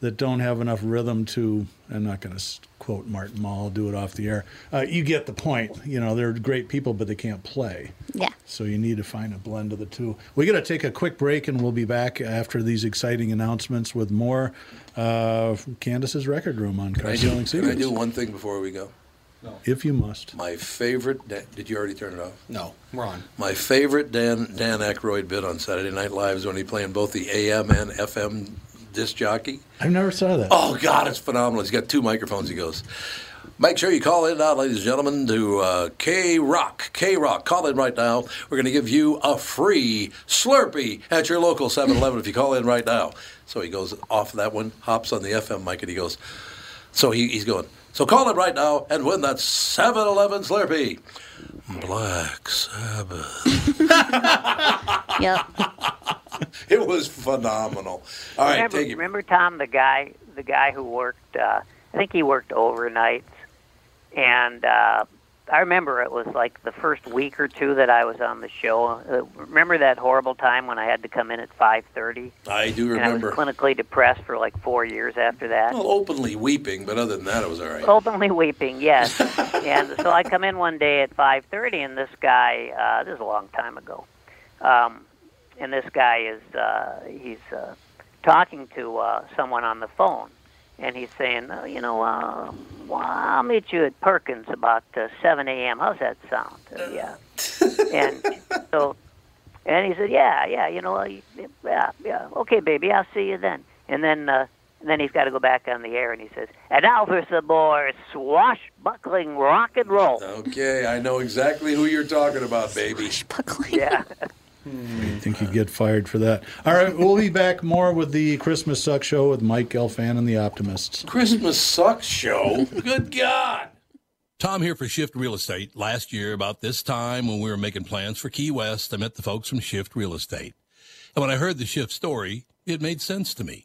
Speaker 2: that don't have enough rhythm to. I'm not going to quote Martin Mall. I'll do it off the air. Uh, you get the point. You know, they're great people, but they can't play.
Speaker 3: yeah,
Speaker 2: So you need to find a blend of the two. We got to take a quick break, and we'll be back after these exciting announcements with more uh, from Candace's record room on
Speaker 1: Can I
Speaker 2: Car
Speaker 1: do,
Speaker 2: Selling
Speaker 1: can I
Speaker 2: Secrets.
Speaker 1: do one thing before we go?
Speaker 2: If you must.
Speaker 1: My favorite. Da- Did you already turn it off?
Speaker 4: No, we're on.
Speaker 1: My favorite Dan Dan Aykroyd bit on Saturday Night Live is when he playing both the AM and FM disc jockey.
Speaker 2: I've never saw that.
Speaker 1: Oh God, it's phenomenal. He's got two microphones. He goes. Make sure you call in now, ladies and gentlemen, to uh, K Rock. K Rock, call in right now. We're going to give you a free Slurpee at your local 7 Eleven if you call in right now. So he goes off that one, hops on the FM mic, and he goes, So he, he's going, So call in right now and win that 7 Eleven Slurpee. Black Sabbath.
Speaker 3: yep.
Speaker 1: It was phenomenal. All right,
Speaker 5: remember,
Speaker 1: take it.
Speaker 5: remember Tom, the guy, the guy who worked. Uh, I think he worked overnights, and uh, I remember it was like the first week or two that I was on the show. Uh, remember that horrible time when I had to come in at five thirty,
Speaker 1: I do
Speaker 5: and I was
Speaker 1: remember.
Speaker 5: clinically depressed for like four years after that.
Speaker 1: Well, openly weeping, but other than that, it was all right.
Speaker 5: openly weeping yes and so i come in one day at 5.30 and this guy uh, this is a long time ago um, and this guy is uh, he's uh, talking to uh, someone on the phone and he's saying oh, you know uh, well, i'll meet you at perkins about uh, 7 a.m how's that sound uh, yeah and so and he said yeah yeah you know uh, yeah yeah okay baby i'll see you then and then uh, and then he's got to go back on the air and he says, and now for some more swashbuckling rock and roll.
Speaker 1: Okay, I know exactly who you're talking about, baby.
Speaker 3: Puckling.
Speaker 5: Yeah.
Speaker 2: I think you'd get fired for that. All right, we'll be back more with the Christmas Suck Show with Mike Gelfand and the Optimists.
Speaker 1: Christmas sucks show. Good God.
Speaker 8: Tom here for Shift Real Estate. Last year, about this time when we were making plans for Key West, I met the folks from Shift Real Estate. And when I heard the Shift story, it made sense to me.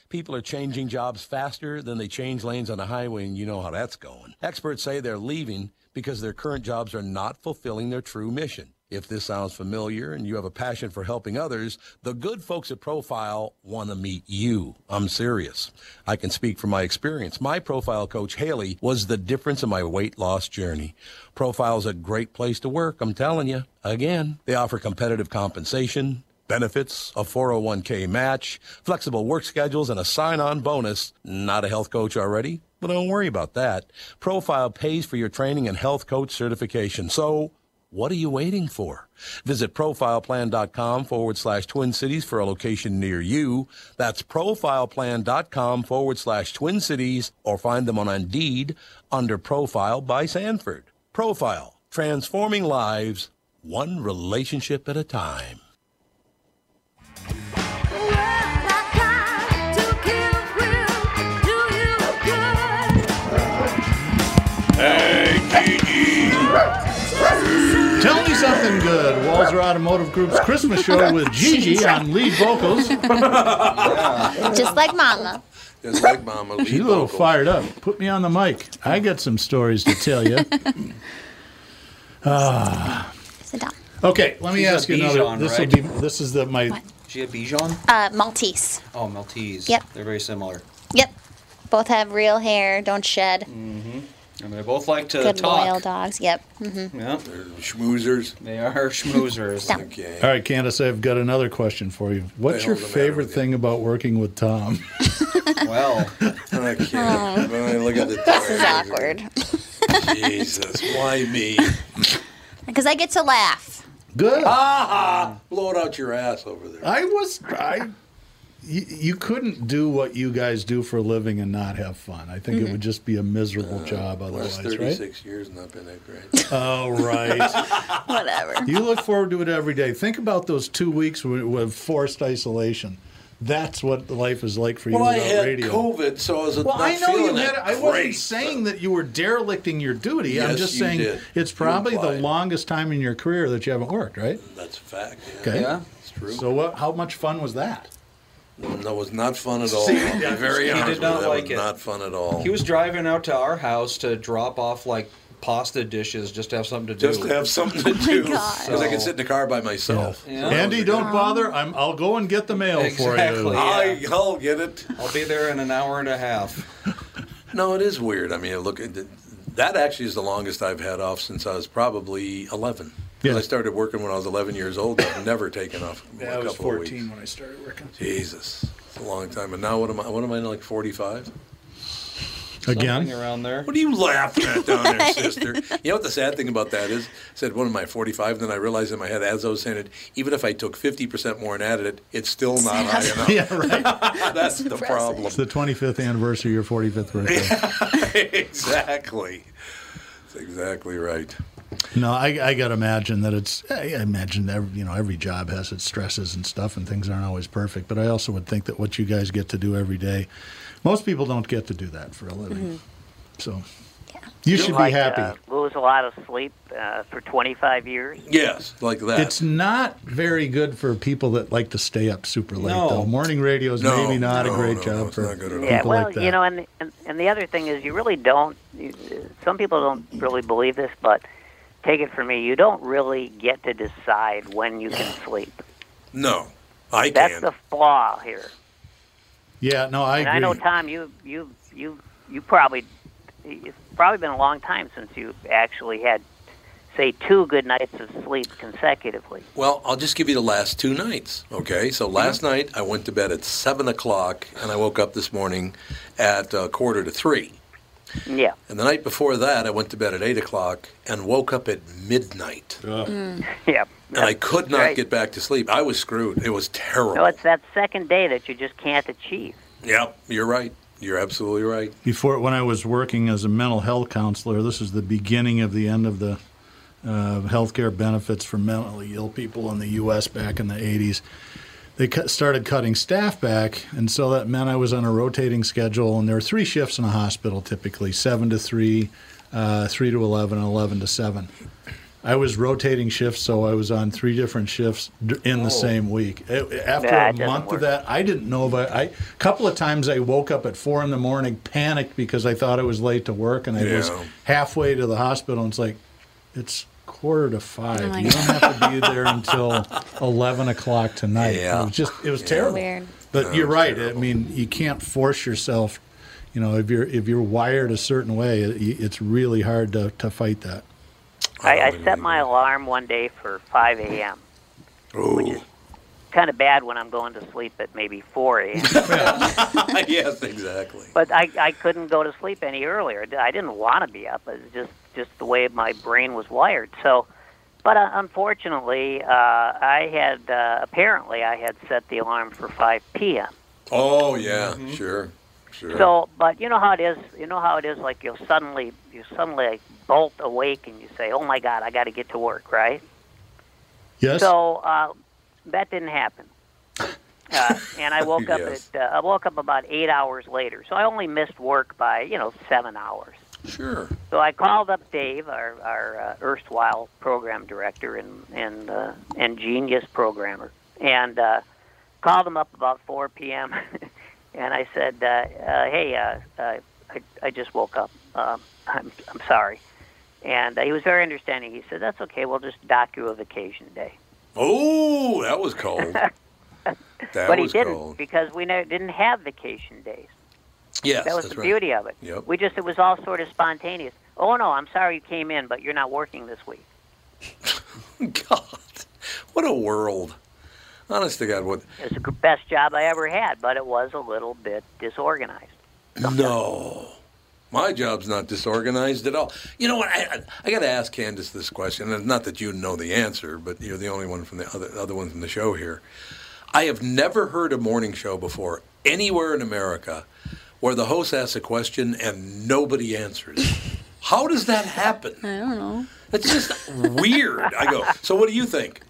Speaker 9: People are changing jobs faster than they change lanes on the highway, and you know how that's going. Experts say they're leaving because their current jobs are not fulfilling their true mission. If this sounds familiar and you have a passion for helping others, the good folks at Profile want to meet you. I'm serious. I can speak from my experience. My profile coach, Haley, was the difference in my weight loss journey. Profile's a great place to work, I'm telling you. Again, they offer competitive compensation, benefits, a 401k match, flexible work schedules, and a sign on bonus. Not a health coach already? But don't worry about that. Profile pays for your training and health coach certification. So, what are you waiting for? Visit profileplan.com forward slash twin cities for a location near you. That's profileplan.com forward slash twin cities or find them on Indeed under Profile by Sanford. Profile, transforming lives one relationship at a time.
Speaker 2: something good. Walzer Automotive Group's Christmas show with Gigi on lead vocals.
Speaker 3: Just like mama.
Speaker 1: It's like Mama.
Speaker 2: She's a little fired up. Put me on the mic. I got some stories to tell you. Ah. Okay, let me
Speaker 4: She's a
Speaker 2: ask you another.
Speaker 4: Bichon,
Speaker 2: This will
Speaker 4: right?
Speaker 2: be. This is the my.
Speaker 4: She a Bichon?
Speaker 3: Uh, Maltese.
Speaker 4: Oh, Maltese.
Speaker 3: Yep.
Speaker 4: They're very similar.
Speaker 3: Yep. Both have real hair, don't shed.
Speaker 4: Mm-hmm. And they both like to
Speaker 3: Good
Speaker 4: talk.
Speaker 3: loyal dogs. Yep. Mm-hmm.
Speaker 4: Yeah.
Speaker 1: They're schmoozers.
Speaker 4: They are schmoozers.
Speaker 3: Stop.
Speaker 1: Okay.
Speaker 2: All right, Candace, I've got another question for you. What's
Speaker 1: hell's
Speaker 2: your
Speaker 1: the matter
Speaker 2: favorite thing about working with Tom?
Speaker 4: Well,
Speaker 1: I can't.
Speaker 3: Oh.
Speaker 1: When I look at the
Speaker 3: This is
Speaker 1: time,
Speaker 3: awkward.
Speaker 1: Jesus, why me?
Speaker 3: Because I get to laugh.
Speaker 2: Good.
Speaker 1: Ah, blow it out your ass over there.
Speaker 2: I was I you, you couldn't do what you guys do for a living and not have fun. I think it would just be a miserable job
Speaker 1: Uh, Last
Speaker 2: otherwise, right?
Speaker 1: 36 years, not been that great.
Speaker 2: Oh, right.
Speaker 3: Whatever.
Speaker 2: you look forward to it every day. Think about those two weeks with, with forced isolation. That's what life is like for you
Speaker 1: Well, I
Speaker 2: without
Speaker 1: had
Speaker 2: radio.
Speaker 1: COVID, so I was
Speaker 2: Well,
Speaker 1: not
Speaker 2: I know you
Speaker 1: feeling
Speaker 2: had.
Speaker 1: it
Speaker 2: it. I
Speaker 1: great.
Speaker 2: wasn't saying that you were derelicting your duty. I'm
Speaker 1: Yes,
Speaker 2: just
Speaker 1: you
Speaker 2: saying
Speaker 1: did.
Speaker 2: it's
Speaker 1: You
Speaker 2: probably the
Speaker 1: implied.
Speaker 2: longest time in your career that you haven't worked, right?
Speaker 1: That's a fact. Yeah.
Speaker 2: Okay.
Speaker 4: yeah.
Speaker 1: It's true.
Speaker 2: So, what, how much fun was that?
Speaker 1: no, it was not fun at all.
Speaker 2: See,
Speaker 1: I'll be very
Speaker 4: he
Speaker 1: honest
Speaker 4: did not
Speaker 1: with you, that
Speaker 4: like
Speaker 1: was
Speaker 4: it.
Speaker 1: Not fun at all.
Speaker 4: He was driving out to our house to drop off like pasta dishes just to have something to do.
Speaker 1: just to have something
Speaker 4: Oh
Speaker 1: to do because I could sit in the car by myself.
Speaker 4: Yeah.
Speaker 2: Andy, don't bother. I'm, I'll go and get the mail for
Speaker 4: Exactly.
Speaker 2: you.
Speaker 1: I, I'll get it.
Speaker 4: I'll be there in an hour and a half.
Speaker 1: No, it is weird. I mean, look, it- that actually is the longest I've had off since I was probably 11. 'Cause
Speaker 2: Yeah.
Speaker 1: I started working when I was 11 years old. I've never taken off. a couple Of weeks.
Speaker 2: when I started working.
Speaker 1: Jesus, it's a long time. And now what am I? What am I like 45?
Speaker 4: Something
Speaker 2: Again?
Speaker 4: around there.
Speaker 1: What are you laughing at down there, sister? You know what the sad thing about that is? I said, what am I, 45? And then I realized in my head, as I was saying it, even if I took 50% more and added it, it's still not high enough.
Speaker 2: Yeah, right.
Speaker 1: That's the
Speaker 3: depressing.
Speaker 1: problem.
Speaker 2: It's the 25th anniversary of your 45th birthday.
Speaker 1: exactly. That's exactly right.
Speaker 2: no, I, I got to imagine that it's, I I imagine every, you know, every job has its stresses and stuff and things aren't always perfect. But I also would think that what you guys get to do every day, most people don't get to do that for a living.
Speaker 5: Mm-hmm.
Speaker 2: So you should
Speaker 5: like,
Speaker 2: be happy.
Speaker 5: Uh, lose a lot of sleep uh, for 25 years.
Speaker 1: Yes, like that.
Speaker 2: It's not very good for people that like to stay up super late,
Speaker 4: No.
Speaker 2: though. Morning radio is
Speaker 1: No,
Speaker 2: maybe not
Speaker 1: no,
Speaker 2: a great
Speaker 1: no,
Speaker 2: job
Speaker 1: it's
Speaker 2: for
Speaker 1: not good at all.
Speaker 2: people
Speaker 1: Yeah,
Speaker 5: well,
Speaker 2: like that.
Speaker 5: you know, and, and and the other thing is, you really don't. You, some people don't really believe this, but take it from me, you don't really get to decide when you can sleep.
Speaker 1: no, I
Speaker 5: That's
Speaker 1: can.
Speaker 5: the flaw here.
Speaker 2: yeah, no, I
Speaker 5: and
Speaker 2: agree.
Speaker 5: I know, Tom, you you you you probably it's probably been a long time since you actually had, say, two good nights of sleep consecutively.
Speaker 1: Well, I'll just give you the last two nights. Okay, so last night I went to bed at seven o'clock, and I woke up this morning at uh, quarter to three.
Speaker 5: Yeah.
Speaker 1: And the night before that, I went to bed at eight o'clock and woke up at midnight,
Speaker 5: Mm.
Speaker 1: Mm.
Speaker 5: Yeah.
Speaker 1: and I could not
Speaker 5: Right.
Speaker 1: get back to sleep. I was screwed. It was terrible.
Speaker 5: So it's that second day that you just can't achieve.
Speaker 1: yep, you're right. You're absolutely right.
Speaker 2: Before, when I was working as a mental health counselor, this is the beginning of the end of the uh, healthcare benefits for mentally ill people in the U.S. back in the 80s. They cut, started cutting staff back, and so that meant I was on a rotating schedule, and there were three shifts in a hospital typically seven to three, uh, three to 11, and 11 to seven. I was rotating shifts, so I was on three different shifts d- in the same week. It- Eh, after
Speaker 5: Nah,
Speaker 2: a
Speaker 5: it doesn't
Speaker 2: month of
Speaker 5: work.
Speaker 2: that, I didn't know about. I a couple of times I woke up at four in the morning, panicked because I thought I was late to work, and I was
Speaker 1: Yeah.
Speaker 2: halfway to the hospital. And it's like, it's quarter to five.
Speaker 3: my
Speaker 2: you don't have to be there until eleven o'clock tonight.
Speaker 1: Yeah.
Speaker 2: It was just, it was terrible.
Speaker 3: Weird.
Speaker 2: But you're
Speaker 1: it's
Speaker 2: right.
Speaker 1: terrible.
Speaker 2: I mean, you can't force yourself. You know, if you're if you're wired a certain way, it, it's really hard to, to fight that.
Speaker 1: I
Speaker 5: I,
Speaker 1: don't
Speaker 5: I set
Speaker 1: believe
Speaker 5: my
Speaker 1: it.
Speaker 5: alarm one day for 5 a.m.
Speaker 1: Oh,
Speaker 5: Kind of bad when I'm going to sleep at maybe 4 a.m.
Speaker 1: yes, exactly.
Speaker 5: but I, I couldn't go to sleep any earlier. I didn't want to be up. It was just just the way my brain was wired. So, but uh, unfortunately, uh, I had uh, apparently I had set the alarm for 5 p.m.
Speaker 1: Oh yeah, sure, sure.
Speaker 5: So, but you know how it is. You know how it is. Like you'll suddenly, you suddenly like, bolt awake and you say, "Oh my God, I got to get to work!" Right?
Speaker 2: Yes.
Speaker 5: So uh, that didn't happen. Uh, and I woke up
Speaker 1: Yes.
Speaker 5: at uh, I woke up about eight hours later. So I only missed work by you know seven hours.
Speaker 1: Sure.
Speaker 5: So I called up Dave, our, our uh, erstwhile program director and and uh, and genius programmer, and uh, called him up about 4 p.m. and I said, uh, uh, "Hey, uh, uh, I, I just woke up. Um, I'm I'm sorry." And uh, he was very understanding. He said, "That's okay. We'll just dock you a vacation day."
Speaker 1: Oh, that was cold. that
Speaker 5: but he
Speaker 1: was
Speaker 5: didn't
Speaker 1: cold.
Speaker 5: because we ne- didn't have vacation days.
Speaker 1: Yes,
Speaker 5: that was
Speaker 1: that's
Speaker 5: the
Speaker 1: right.
Speaker 5: beauty of it.
Speaker 1: Yep.
Speaker 5: We just it was all sort of spontaneous. Oh no, I'm sorry you came in, but you're not working this week.
Speaker 1: What a world. Honest to God, what?
Speaker 5: It's the best job I ever had, but it was a little bit disorganized. Oh,
Speaker 1: No. My job's not disorganized at all. You know what? I, I got to ask Candace this question. And not that you know the answer, but you're the only one from the other, other one from the show here. I have never heard a morning show before anywhere in America where the host asks a question and nobody answers. How does that happen? I
Speaker 3: don't know.
Speaker 1: It's just weird. I go, so what do you think?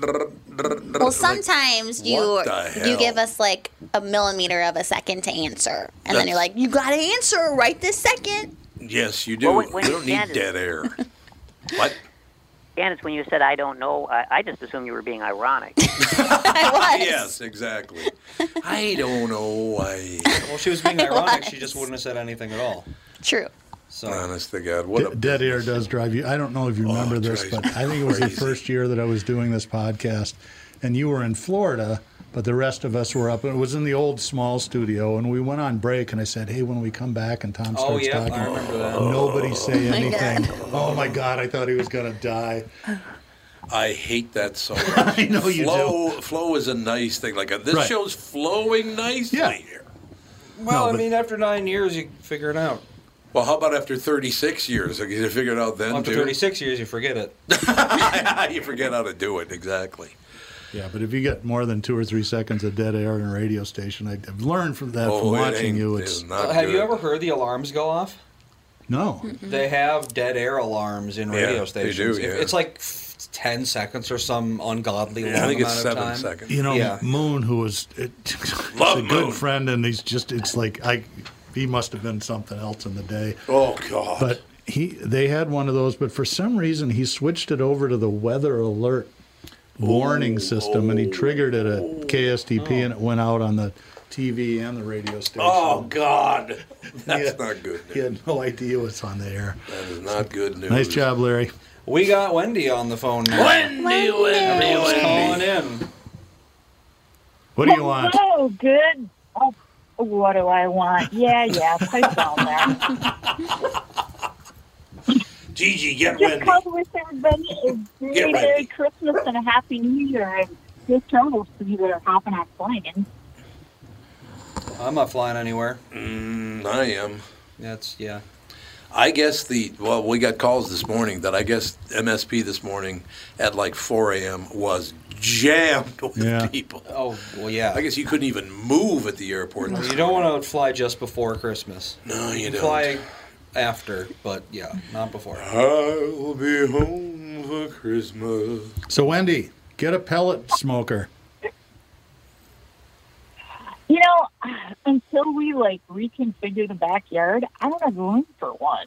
Speaker 3: Well, sometimes you
Speaker 1: What the
Speaker 3: you
Speaker 1: hell?
Speaker 3: give us like a millimeter of a second to answer, and then
Speaker 1: That's-
Speaker 3: you're like, "You got to answer right this second.
Speaker 1: Yes, you do.
Speaker 5: Well, when- when
Speaker 1: you don't need
Speaker 5: Candace-
Speaker 1: dead air. what?
Speaker 5: Dennis, when you said I don't know, I, I just assumed you were being ironic.
Speaker 1: Yes, exactly. I don't know why.
Speaker 4: Well, she was being ironic. She just wouldn't have said anything at all.
Speaker 3: True.
Speaker 4: So
Speaker 1: honest to God, what a Oh,
Speaker 2: Dead air does drive you. I don't know if you remember this,
Speaker 1: drives
Speaker 2: but
Speaker 1: me
Speaker 2: I think it was the
Speaker 1: crazy.
Speaker 2: first year that I was doing this podcast, and you were in Florida, but the rest of us were up. It was in the old small studio, and we went on break, and I said, "Hey, when we come back," and Tom starts
Speaker 4: Oh, yeah, I
Speaker 2: talking.
Speaker 4: remember that.
Speaker 2: Nobody say
Speaker 1: Oh, my
Speaker 2: anything.
Speaker 1: God.
Speaker 2: oh my God, I thought he was gonna die.
Speaker 1: I hate that so much. I
Speaker 2: know you
Speaker 1: flow, do. Flow is a nice thing. Like uh, this
Speaker 2: Right.
Speaker 1: show's flowing nicely here.
Speaker 4: well, I mean, after nine years, you figure it out.
Speaker 1: Well, how about after 36 years? Like, you figure it out then
Speaker 4: After
Speaker 1: too.
Speaker 4: 36 years, you forget it.
Speaker 1: you forget how to do it exactly.
Speaker 2: Yeah, but if you get more than two or three seconds of dead air in a radio station, I- I've learned from that from
Speaker 1: Oh, it
Speaker 2: watching
Speaker 1: ain't-
Speaker 2: you.
Speaker 1: it
Speaker 2: It's
Speaker 1: is not
Speaker 4: have you
Speaker 1: good.
Speaker 4: ever heard the alarms go off?
Speaker 2: no.
Speaker 4: They have dead air alarms in
Speaker 1: Yeah,
Speaker 4: radio
Speaker 1: they
Speaker 4: stations.
Speaker 1: do,
Speaker 4: If-
Speaker 1: yeah.
Speaker 4: It's like ten seconds or some ungodly
Speaker 1: Yeah, I
Speaker 4: long
Speaker 1: think it's
Speaker 4: amount
Speaker 1: seven
Speaker 4: of time.
Speaker 1: seconds.
Speaker 2: You know,
Speaker 4: yeah.
Speaker 2: Moon, who was it, he's
Speaker 1: Love
Speaker 2: a
Speaker 1: Moon.
Speaker 2: good friend, and he's just it's like I he must have been something else in the day.
Speaker 1: Oh God.
Speaker 2: But he they had one of those, but for some reason he switched it over to the weather alert warning system, and he triggered it at KSTP, and it went out on the TV and the radio station.
Speaker 1: Oh God, that's not good.
Speaker 2: He had no idea what's on the air.
Speaker 1: That is not good news.
Speaker 2: Nice job, Larry.
Speaker 4: We got Wendy on the phone now.
Speaker 1: Wendy, Wendy,
Speaker 4: Everyone's calling
Speaker 1: Wendy.
Speaker 4: in.
Speaker 2: What do you want?
Speaker 10: Oh, good. Oh, what do I want? Yeah, yeah, play all that.
Speaker 1: Gigi, get
Speaker 10: Just
Speaker 1: Wendy.
Speaker 10: call to wish everybody a very
Speaker 1: Get
Speaker 10: Merry
Speaker 1: ready.
Speaker 10: Christmas and a Happy New Year. And good travels to you that are hopping on flying.
Speaker 4: I'm not flying anywhere.
Speaker 1: Mm, I am.
Speaker 4: That's yeah.
Speaker 1: I guess the well, we got calls this morning that I guess MSP this morning at like 4 a.m. was jammed with
Speaker 2: Yeah.
Speaker 1: people.
Speaker 4: Oh well, yeah.
Speaker 1: I guess you couldn't even move at the airport.
Speaker 4: You don't want to fly just before Christmas.
Speaker 1: No, you
Speaker 4: You
Speaker 1: don't.
Speaker 4: fly after, but yeah, not before.
Speaker 1: Uh-huh. I will be home for Christmas.
Speaker 2: So Wendy, get a pellet smoker.
Speaker 10: You know, until we like reconfigure the backyard, I don't have room for one.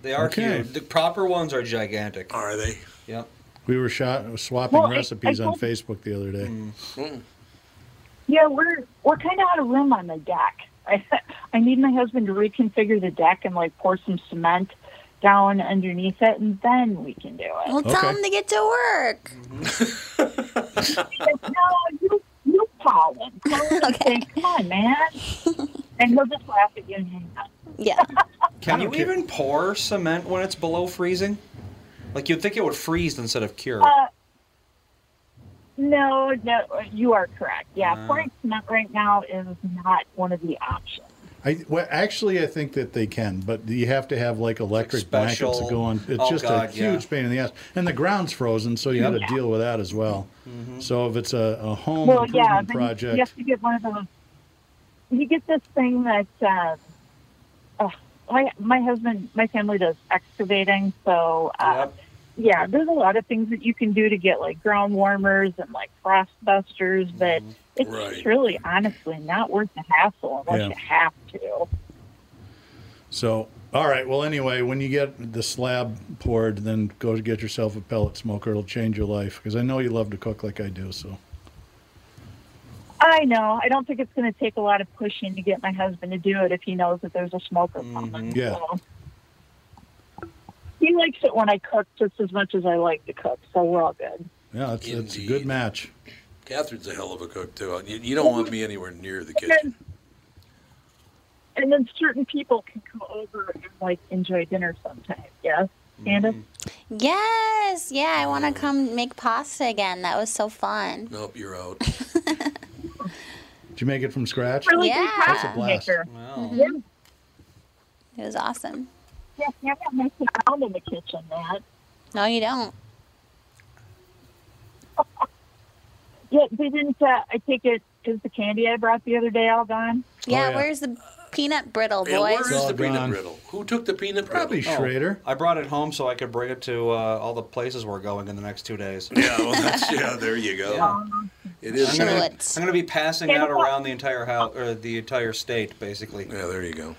Speaker 4: They are
Speaker 2: Okay.
Speaker 4: huge. The proper ones are gigantic.
Speaker 1: Are they?
Speaker 4: Yep.
Speaker 2: We were shot swapping
Speaker 10: Well, I-
Speaker 2: recipes
Speaker 10: I
Speaker 2: on
Speaker 10: hope-
Speaker 2: Facebook the other day.
Speaker 1: Mm.
Speaker 10: Yeah, we're we're kind of out of room on the deck. I I need my husband to reconfigure the deck and like pour some cement down underneath it, and then we can do it.
Speaker 3: Well, tell
Speaker 2: Okay.
Speaker 3: him to get to work.
Speaker 10: Like,
Speaker 1: Mm-hmm.
Speaker 10: no, you you call him. Tell him to say, Come on, man. And he'll just laugh at you. and hang up.
Speaker 3: Yeah.
Speaker 4: Can you even pour cement when it's below freezing? Like you'd think it would freeze instead of cure.
Speaker 10: Uh, no, no, you are correct. Yeah, pouring cement right now is not one of the options.
Speaker 2: I well, actually I think that they can, but you have to have like electric blankets
Speaker 4: special-
Speaker 2: that go on. It's
Speaker 4: oh,
Speaker 2: just
Speaker 4: God,
Speaker 2: a
Speaker 4: yeah.
Speaker 2: huge pain in the ass, and the ground's frozen, so you got to deal with that as well.
Speaker 4: Mm-hmm.
Speaker 2: So if it's a, a home
Speaker 10: well,
Speaker 2: improvement
Speaker 10: yeah, then
Speaker 2: project,
Speaker 10: you have to get one of those. You get this thing that um, oh, my my husband, my family does excavating, so uh,
Speaker 4: Yep.
Speaker 10: yeah, there's a lot of things that you can do to get like ground warmers and like frost busters, but
Speaker 2: Mm-hmm.
Speaker 10: it's
Speaker 1: Right.
Speaker 10: just really honestly not worth the hassle unless
Speaker 2: Yeah.
Speaker 10: you have to.
Speaker 2: so All right. Well, anyway, when you get the slab poured, then go to get yourself a pellet smoker. It'll change your life because I know you love to cook like I do. So
Speaker 10: I know. I don't think it's going to take a lot of pushing to get my husband to do it if he knows that there's a smoker
Speaker 4: Mm-hmm.
Speaker 10: coming.
Speaker 2: Yeah.
Speaker 10: So. He likes it when I cook just as much as I like to cook, so we're all good.
Speaker 2: yeah, it's, it's a good match.
Speaker 1: Catherine's a hell of a cook too. You, you don't want me anywhere near the kitchen.
Speaker 10: And, and then certain people can come over and like enjoy dinner sometimes. Yes, Candace.
Speaker 3: Yes, yeah, I want to come make pasta again. That was so fun.
Speaker 1: Nope, you're out.
Speaker 2: Did you make it from scratch?
Speaker 3: Really good Yeah.
Speaker 2: That's a
Speaker 3: pasta
Speaker 2: blast.
Speaker 10: maker. Mhm.
Speaker 3: Mm-hmm. It was awesome.
Speaker 10: Yeah, yeah, I'm not messing around in the kitchen, Matt.
Speaker 3: No, you don't.
Speaker 10: Yeah, they didn't. Uh, I take it. Is the candy I brought the other day all gone?
Speaker 3: Yeah, where's the peanut brittle,
Speaker 1: Yeah,
Speaker 3: boys?
Speaker 1: where is the peanut brittle? Who took the peanut brittle?
Speaker 2: Probably Schrader.
Speaker 4: Oh, I brought it home so I could bring it to uh, all the places we're going in the next two days.
Speaker 1: Yeah, well, that's, yeah, there you go. It is.
Speaker 4: I'm gonna, I'm gonna be passing
Speaker 1: Can
Speaker 4: that
Speaker 1: I-
Speaker 4: around the entire house, or the entire state, basically.
Speaker 1: Yeah, there you go.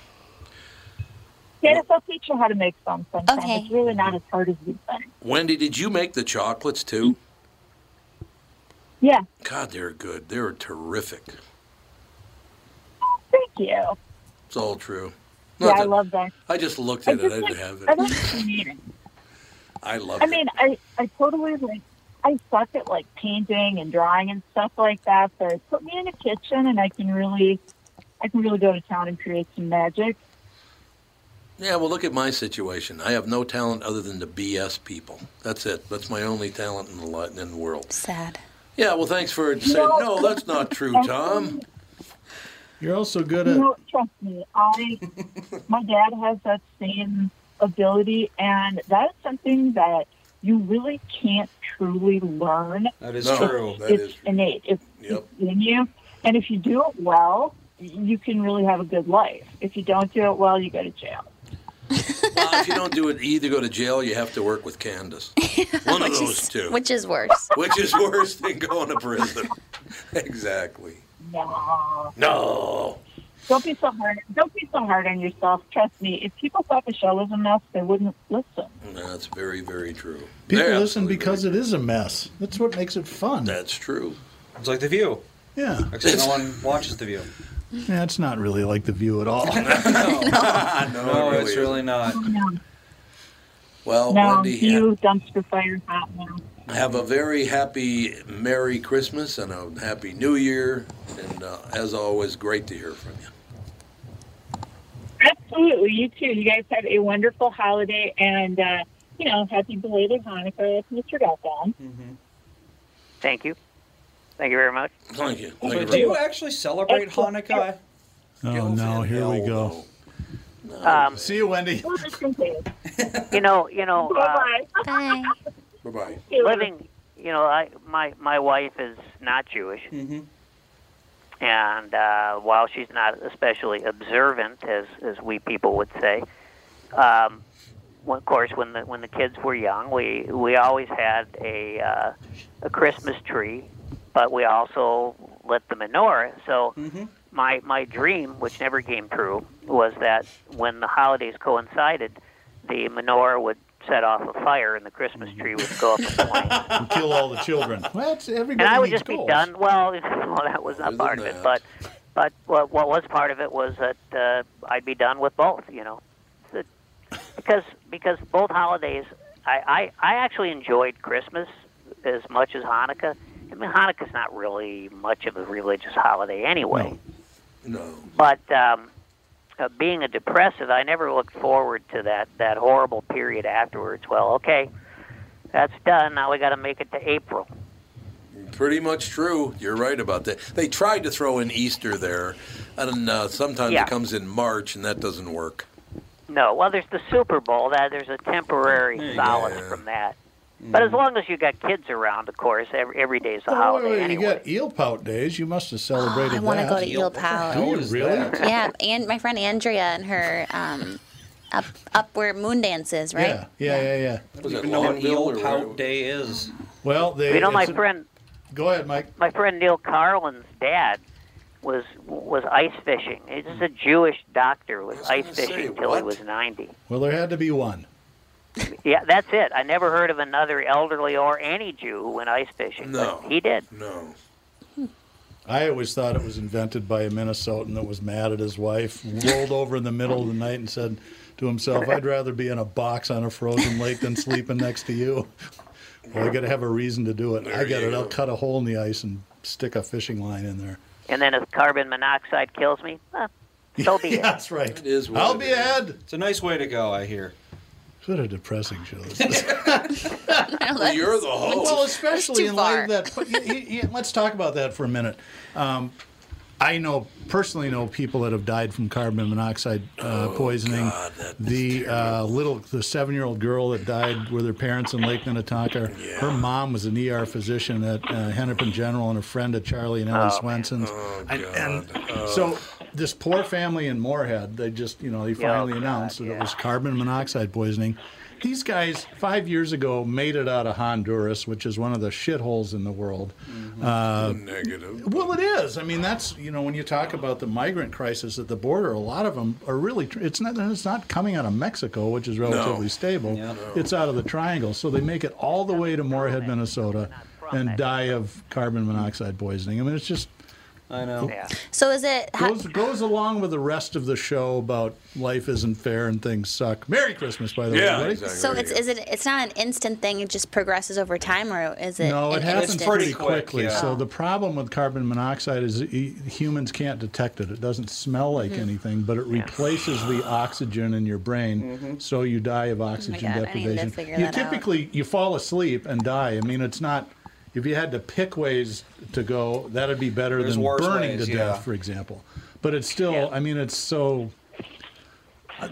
Speaker 10: Candace, I'll teach you how to make some sometime. It's really not as hard as you think.
Speaker 1: Wendy, did you make the chocolates too?
Speaker 10: Yeah,
Speaker 1: God, they're good. They're terrific.
Speaker 10: thank you.
Speaker 1: It's all true.
Speaker 10: Yeah,
Speaker 1: Not
Speaker 10: I
Speaker 1: that-
Speaker 10: love that.
Speaker 1: I just looked
Speaker 10: I
Speaker 1: at it. I
Speaker 10: just
Speaker 1: didn't
Speaker 10: like,
Speaker 1: have
Speaker 10: I
Speaker 1: it.
Speaker 10: don't really need it.
Speaker 1: I love
Speaker 10: I
Speaker 1: it.
Speaker 10: mean, I, I totally like, I suck at like painting and drawing and stuff like that, but put me in a kitchen and I can really, I can really go to town and create some magic.
Speaker 1: Yeah, well, look at my situation. I have no talent other than to BS people. That's it. That's my only talent in the li- in the world.
Speaker 3: Sad.
Speaker 1: Yeah, well, thanks for saying no. That's not true, Tom.
Speaker 2: You're also good
Speaker 10: You
Speaker 2: at
Speaker 10: know, trust me, I, my dad has that same ability and that is something that you really can't truly learn.
Speaker 4: That is
Speaker 10: It's-
Speaker 4: true. That
Speaker 10: it's
Speaker 4: is true.
Speaker 10: innate. It's, it's in you. And if you do it well, you can really have a good life. If you don't do it well, you go to jail.
Speaker 1: well, if you don't do it, you either go to jail. or You have to work with Candace. One of those two.
Speaker 3: Which is worse.
Speaker 1: Which is worse than going to prison. exactly.
Speaker 10: No.
Speaker 6: Mm-hmm.
Speaker 1: No.
Speaker 10: Don't be so hard. Don't be so hard on yourself. Trust me. If people thought the show was a mess, they wouldn't listen.
Speaker 1: That's very, very true.
Speaker 2: people listen because it is a mess. That's what makes it fun.
Speaker 1: That's true.
Speaker 4: It's like The View.
Speaker 2: Yeah.
Speaker 4: Except no one watches The View.
Speaker 2: Yeah, it's not really like the view at all.
Speaker 4: no,
Speaker 1: No, it
Speaker 4: it's
Speaker 1: really
Speaker 4: really not.
Speaker 1: Well,
Speaker 10: no,
Speaker 1: Oh, Wendy,
Speaker 10: you dumpster fire hot now.
Speaker 1: Have a very happy Merry Christmas and a Happy New Year. And uh, as always, great to hear from you.
Speaker 10: Absolutely, you too. You guys have a wonderful holiday, and uh, you know, happy belated Hanukkah if Mr. Gotham.
Speaker 5: Thank you. Thank you very much.
Speaker 1: Thank you.
Speaker 4: So do you actually celebrate Hanukkah?
Speaker 2: Oh no, here we go.
Speaker 5: Um,
Speaker 2: See you, Wendy.
Speaker 5: you know, you know. Uh,
Speaker 3: Bye.
Speaker 1: Bye bye.
Speaker 5: living you know I, my my wife is not jewish
Speaker 4: Mm-hmm.
Speaker 5: and uh, while she's not especially observant as as we people would say um, when, of course when the when the kids were young we we always had a uh, a christmas tree but we also lit the menorah so my my dream which never came true was that when the holidays coincided the menorah would set off a fire and the christmas tree would go up in flames
Speaker 2: And kill all the children. Well, that's everybody
Speaker 5: and I would
Speaker 2: needs
Speaker 5: just be
Speaker 2: goals.
Speaker 5: done. Well, well, that was not part of it, but but what, what was part of it was that uh, I'd be done with both. You know, The- because because both holidays, I, I I actually enjoyed Christmas as much as Hanukkah. I mean, Hanukkah's not really much of a religious holiday anyway.
Speaker 1: No.
Speaker 5: But um, uh, being a depressive, I never looked forward to that that horrible period afterwards. Well, okay, that's done. Now we got to make it to April.
Speaker 1: Pretty much true. You're right about that. They tried to throw in Easter there, and uh, sometimes
Speaker 5: Yeah.
Speaker 1: it comes in March, and that doesn't work.
Speaker 5: No, well, there's the Super Bowl. That there's a temporary solace from that. But as
Speaker 2: Mm-hmm.
Speaker 5: long as you got kids around, of course, every, every day's a
Speaker 2: Oh, wait,
Speaker 5: holiday
Speaker 2: wait, you
Speaker 5: anyway.
Speaker 2: got eel pout days. You must have celebrated
Speaker 3: I want to
Speaker 2: that.
Speaker 3: go to Eel Pout.
Speaker 1: Oh,
Speaker 2: Do you really?
Speaker 3: yeah, and my friend Andrea and her um, up up where moon dances, right?
Speaker 2: Yeah, yeah, yeah, yeah.
Speaker 4: Doesn't even know what Eel Pout Day is.
Speaker 2: Well, they.
Speaker 5: you know, my
Speaker 2: it's a-
Speaker 5: friend,
Speaker 2: Go ahead, Mike.
Speaker 5: my friend Neil Carlin's dad was was ice fishing. This is a Jewish doctor was ice fishing till he was ninety.
Speaker 2: Well, there had to be one.
Speaker 5: Yeah, that's it. I never heard of another elderly or any Jew who went ice fishing.
Speaker 2: No.
Speaker 5: but he did.
Speaker 1: No.
Speaker 2: I always thought it was invented by a Minnesotan that was mad at his wife, rolled over in the middle of the night, and said to himself, "I'd rather be in a box on a frozen lake than sleeping next to you." Well, I got to have a reason to do it. I got it. I'll cut a hole in the ice and stick a fishing line in there.
Speaker 5: And then if carbon monoxide kills me, huh, so be it.
Speaker 2: That's right.
Speaker 4: It is.
Speaker 2: what I'll it be is. ahead.
Speaker 4: It's a nice way to go. I hear.
Speaker 2: What a depressing show. this
Speaker 4: Well, you're the host.
Speaker 2: Well, especially in light of that. but y- y- y- let's talk about that for a minute. Um, I know personally know people that have died from carbon monoxide uh,
Speaker 4: Oh,
Speaker 2: poisoning. the uh, little the seven year old girl that died with her parents in Lake Minnetonka. Her mom was an ER physician at uh, Hennepin General and a friend of Charlie and Ellie
Speaker 1: Oh, man.
Speaker 2: Swenson's.
Speaker 1: Oh,
Speaker 2: and, and
Speaker 1: God.
Speaker 2: so this poor family in Moorhead, they just you know they
Speaker 1: Oh,
Speaker 2: finally announced that it was carbon monoxide poisoning. These guys five years ago made it out of Honduras, which is one of the shitholes in the world. Uh,
Speaker 1: Negative.
Speaker 2: well, it is. I mean, that's you know when you talk about the migrant crisis at the border, a lot of them are really. tr- It's not. It's not coming out of Mexico, which is relatively stable. It's out of the triangle, so they make it all the way to Moorhead, Minnesota, and die of carbon monoxide poisoning. I mean, it's just.
Speaker 4: I know.
Speaker 3: So is it?
Speaker 2: Goes, goes along with the rest of the show about life isn't fair and things suck. Merry Christmas, by the way,
Speaker 1: Yeah,
Speaker 2: everybody.
Speaker 1: exactly.
Speaker 3: So it's is it? It's not an instant thing. It just progresses over time, or is it?
Speaker 2: No,
Speaker 3: an
Speaker 2: it happens
Speaker 3: instant- Oh.
Speaker 2: pretty quickly.
Speaker 3: yeah.
Speaker 2: So the problem with carbon monoxide is e- humans can't detect it. It doesn't smell like
Speaker 3: Mhm.
Speaker 2: anything, but it replaces the oxygen in your brain, so you die of oxygen
Speaker 3: Mm-hmm. Oh God, I need to
Speaker 2: deprivation.
Speaker 3: figure
Speaker 2: you
Speaker 3: that out.
Speaker 2: typically you fall asleep and die. I mean, it's not. If you had to pick ways to go, that'd be better
Speaker 4: There's
Speaker 2: than
Speaker 4: worse
Speaker 2: burning
Speaker 4: ways,
Speaker 2: to
Speaker 4: yeah.
Speaker 2: death, for example. But it's still. I mean, it's so.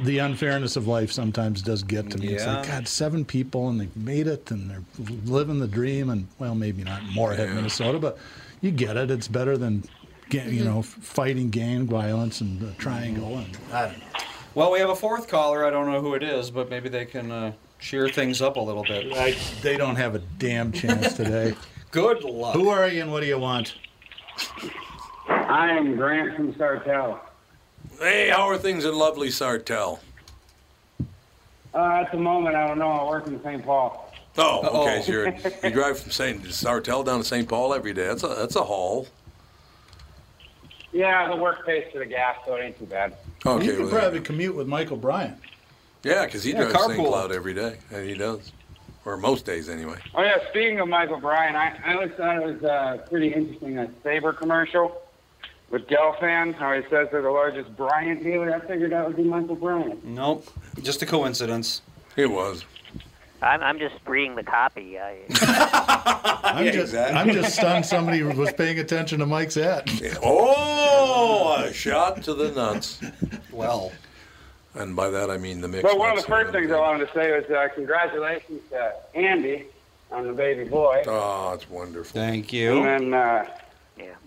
Speaker 2: The unfairness of life sometimes does get to me. It's like,
Speaker 4: Yeah.
Speaker 2: God, seven people and they've made it and they're living the dream. And well, maybe not in Moorhead,
Speaker 1: Yeah.
Speaker 2: Minnesota, but you get it. It's better than, ga- you know, f- fighting gang violence and the triangle. And I don't know.
Speaker 4: Well, we have a fourth caller. I don't know who it is, but maybe they can uh, cheer things up a little bit.
Speaker 2: they don't have a damn chance today.
Speaker 4: Good luck.
Speaker 2: Who are you and what do you want?
Speaker 6: I am Grant from Sartell.
Speaker 1: Hey, how are things in lovely Sartell?
Speaker 6: Uh, at the moment, I don't know. I work in St. Paul.
Speaker 1: Oh, okay. So you're, you drive from Saint Sartell down to Saint Paul every day. That's a that's a haul.
Speaker 6: Yeah, the work pays for the gas, so it ain't too bad.
Speaker 1: Okay.
Speaker 2: you can
Speaker 1: well,
Speaker 2: probably commute with Michael Bryant.
Speaker 1: yeah, because he
Speaker 2: Yeah,
Speaker 1: drives St.
Speaker 2: carpool.
Speaker 1: Cloud every day, and he does, or most days anyway.
Speaker 6: Oh yeah, speaking of Michael Bryan, I, I always thought it was uh, pretty interesting that Saber commercial with Gelfand, how he says they're the largest Bryant dealer. I figured that would be Michael Bryant.
Speaker 4: Nope. Just a coincidence.
Speaker 1: It was.
Speaker 5: I'm, I'm just reading the copy. I,
Speaker 2: I'm,
Speaker 5: Yeah,
Speaker 2: just,
Speaker 5: exactly.
Speaker 2: I'm just stunned somebody was paying attention to Mike's hat.
Speaker 1: Oh, a shot to the nuts.
Speaker 4: Well,
Speaker 1: and by that I mean the mix.
Speaker 6: But one of the
Speaker 1: nuts.
Speaker 6: first things I wanted to say was uh, congratulations to Andy on the baby boy.
Speaker 1: Oh, it's wonderful.
Speaker 4: Thank
Speaker 6: And then uh,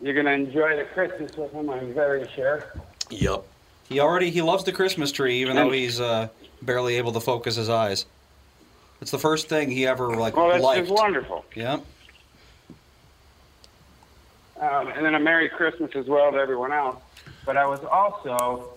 Speaker 6: you're gonna enjoy the Christmas with him, I'm very sure.
Speaker 1: Yep.
Speaker 4: He already he loves the Christmas tree, even though he's uh, barely able to focus his eyes. It's the first thing he ever like
Speaker 6: Well, that's
Speaker 4: liked.
Speaker 6: just wonderful.
Speaker 4: Yeah.
Speaker 6: Um, and then a Merry Christmas as well to everyone else. But I was also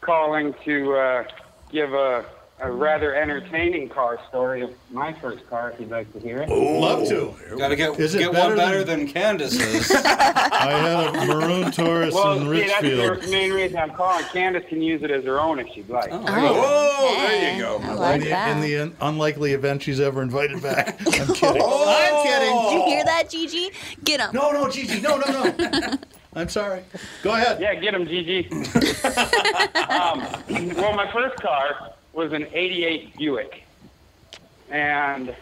Speaker 6: calling to uh, give a, a rather entertaining car story of my first car, if you'd like to hear it.
Speaker 2: Love to.
Speaker 4: Gotta get,
Speaker 2: Is it
Speaker 4: get
Speaker 2: better
Speaker 4: one better than, Candace's.
Speaker 2: I had a maroon Taurus
Speaker 6: well,
Speaker 2: in
Speaker 6: see, that's
Speaker 2: Richfield.
Speaker 6: the main reason I'm calling. Candace can use it as her own if she'd like.
Speaker 1: Oh, there you go.
Speaker 2: in, the, in the un- unlikely event she's ever invited back. I'm kidding.
Speaker 3: Oh.
Speaker 2: I'm
Speaker 3: Did you
Speaker 2: kidding.
Speaker 3: hear that, Gigi? Get him.
Speaker 2: No, no, Gigi, no, no, no. I'm sorry. Go ahead.
Speaker 6: Yeah, get him, Gigi. um, well, my first car was an 88 Buick. And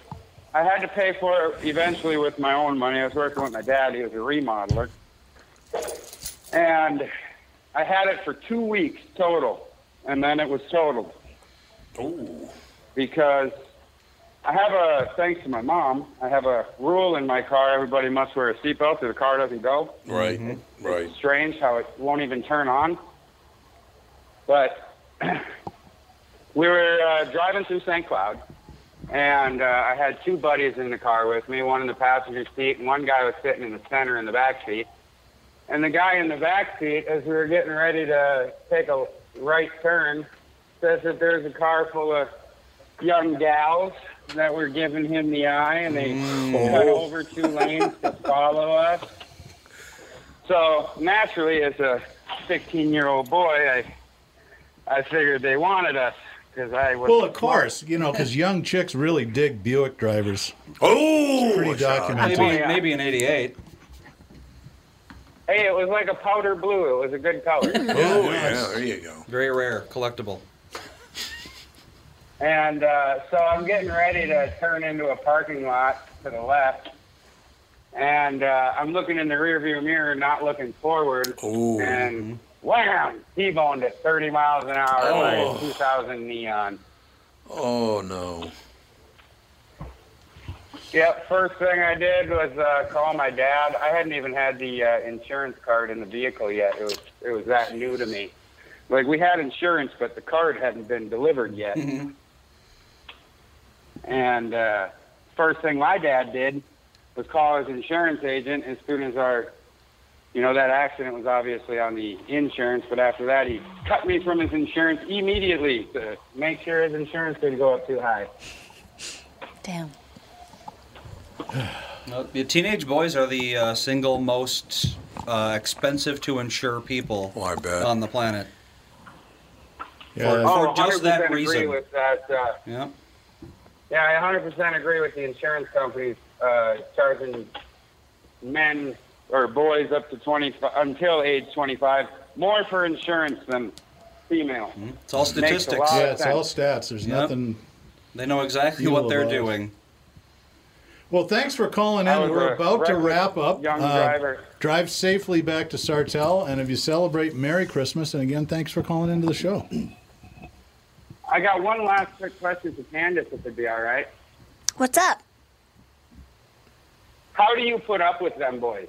Speaker 6: I had to pay for it eventually with my own money. I was working with my dad, he was a remodeler. And I had it for two weeks total. And then it was totaled.
Speaker 1: Ooh.
Speaker 6: Because I have a, thanks to my mom, I have a rule in my car everybody must wear a seatbelt or the car doesn't go
Speaker 1: Right.
Speaker 2: Mm-hmm.
Speaker 1: Right.
Speaker 6: strange how it won't even turn on. But we were uh, driving through St. Cloud, and uh, I had two buddies in the car with me, one in the passenger seat, and one guy was sitting in the center in the back seat. And the guy in the back seat, as we were getting ready to take a right turn, says that there's a car full of young gals that were giving him the eye, and they cut over two lanes to follow us. So naturally, as a 16-year-old boy, I I figured they wanted us because I was
Speaker 2: Well, of course, you know, because young chicks really dig Buick drivers.
Speaker 1: Oh,
Speaker 2: pretty documented.
Speaker 4: Maybe, maybe an 88.
Speaker 6: Hey, it was like a powder blue. It was a good color.
Speaker 1: Oh, yeah, there you go.
Speaker 4: Very rare, collectible.
Speaker 6: And uh, so I'm getting ready to turn into a parking lot to the left. And uh, I'm looking in the rearview mirror, not looking forward.
Speaker 1: Ooh.
Speaker 6: And wham! T-boned at 30 miles an hour by
Speaker 1: Oh.
Speaker 6: a 2000 Neon.
Speaker 1: Oh no.
Speaker 6: Yep, first thing I did was uh, call my dad. I hadn't even had the uh, insurance card in the vehicle yet. It was it was that new to me. Like we had insurance, but the card hadn't been delivered yet.
Speaker 4: Mm-hmm.
Speaker 6: And uh, first thing my dad did was call his insurance agent. As soon as our, you know, that accident was obviously on the insurance, but after that he cut me from his insurance immediately to make sure his insurance didn't go up too high.
Speaker 3: Damn.
Speaker 4: Uh, the teenage boys are the uh, single most uh, expensive to insure people
Speaker 1: Oh, I bet.
Speaker 4: on the planet.
Speaker 2: Yeah.
Speaker 4: For
Speaker 6: Oh,
Speaker 4: just that
Speaker 6: 100% agree
Speaker 4: reason.
Speaker 6: with that. Uh,
Speaker 4: Yeah.
Speaker 6: Yeah, I 100% agree with the insurance companies uh, charging men or boys up to 20 until age 25 more for insurance than female.
Speaker 4: Hmm. It's all
Speaker 6: a lot.
Speaker 4: statistics.
Speaker 2: Yeah, it's all stats. There's
Speaker 4: Yep.
Speaker 2: nothing.
Speaker 4: They know exactly
Speaker 2: You
Speaker 4: what they're
Speaker 2: about it.
Speaker 4: doing.
Speaker 2: Well, thanks for calling
Speaker 6: I
Speaker 2: in.
Speaker 6: was
Speaker 2: We're
Speaker 6: a
Speaker 2: about to
Speaker 6: reckless
Speaker 2: wrap up.
Speaker 6: young
Speaker 2: Uh,
Speaker 6: driver.
Speaker 2: Drive safely back to Sartell, and if you celebrate, Merry Christmas. And again, thanks for calling into the show.
Speaker 6: I got one last quick question to Candace, if it'd be all right.
Speaker 3: What's up?
Speaker 6: How do you put up with them boys?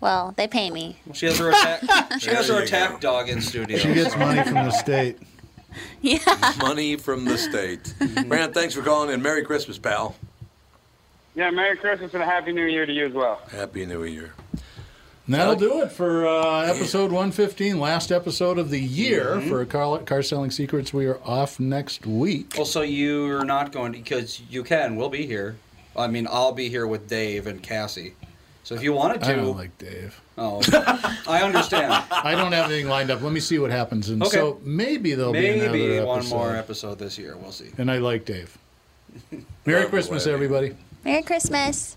Speaker 3: Well, they pay me.
Speaker 4: She has her attack. she has
Speaker 1: There
Speaker 4: her
Speaker 1: you
Speaker 4: attack
Speaker 1: go.
Speaker 4: dog in studio.
Speaker 2: She gets money from the state.
Speaker 1: Money from the state. Brant, thanks for calling in. Merry Christmas, pal.
Speaker 6: Yeah, Merry Christmas and a Happy New Year to you as well.
Speaker 1: Happy New Year.
Speaker 2: And that'll do it for uh, episode 115, last episode of the year
Speaker 4: Mm-hmm.
Speaker 2: for car, car Selling Secrets. We are off next week.
Speaker 4: Well, so you're not going to because you can. We'll be here. I mean, I'll be here with Dave and Cassie. So if you wanted to,
Speaker 2: I don't like Dave.
Speaker 4: oh, I understand.
Speaker 2: I don't have anything lined up. Let me see what happens. And
Speaker 4: Okay.
Speaker 2: so maybe there'll be another
Speaker 4: Maybe
Speaker 2: episode.
Speaker 4: one more episode this year. We'll see.
Speaker 2: And I like Dave. Merry
Speaker 1: Love
Speaker 2: Christmas,
Speaker 1: Webby.
Speaker 2: everybody.
Speaker 3: Merry Christmas.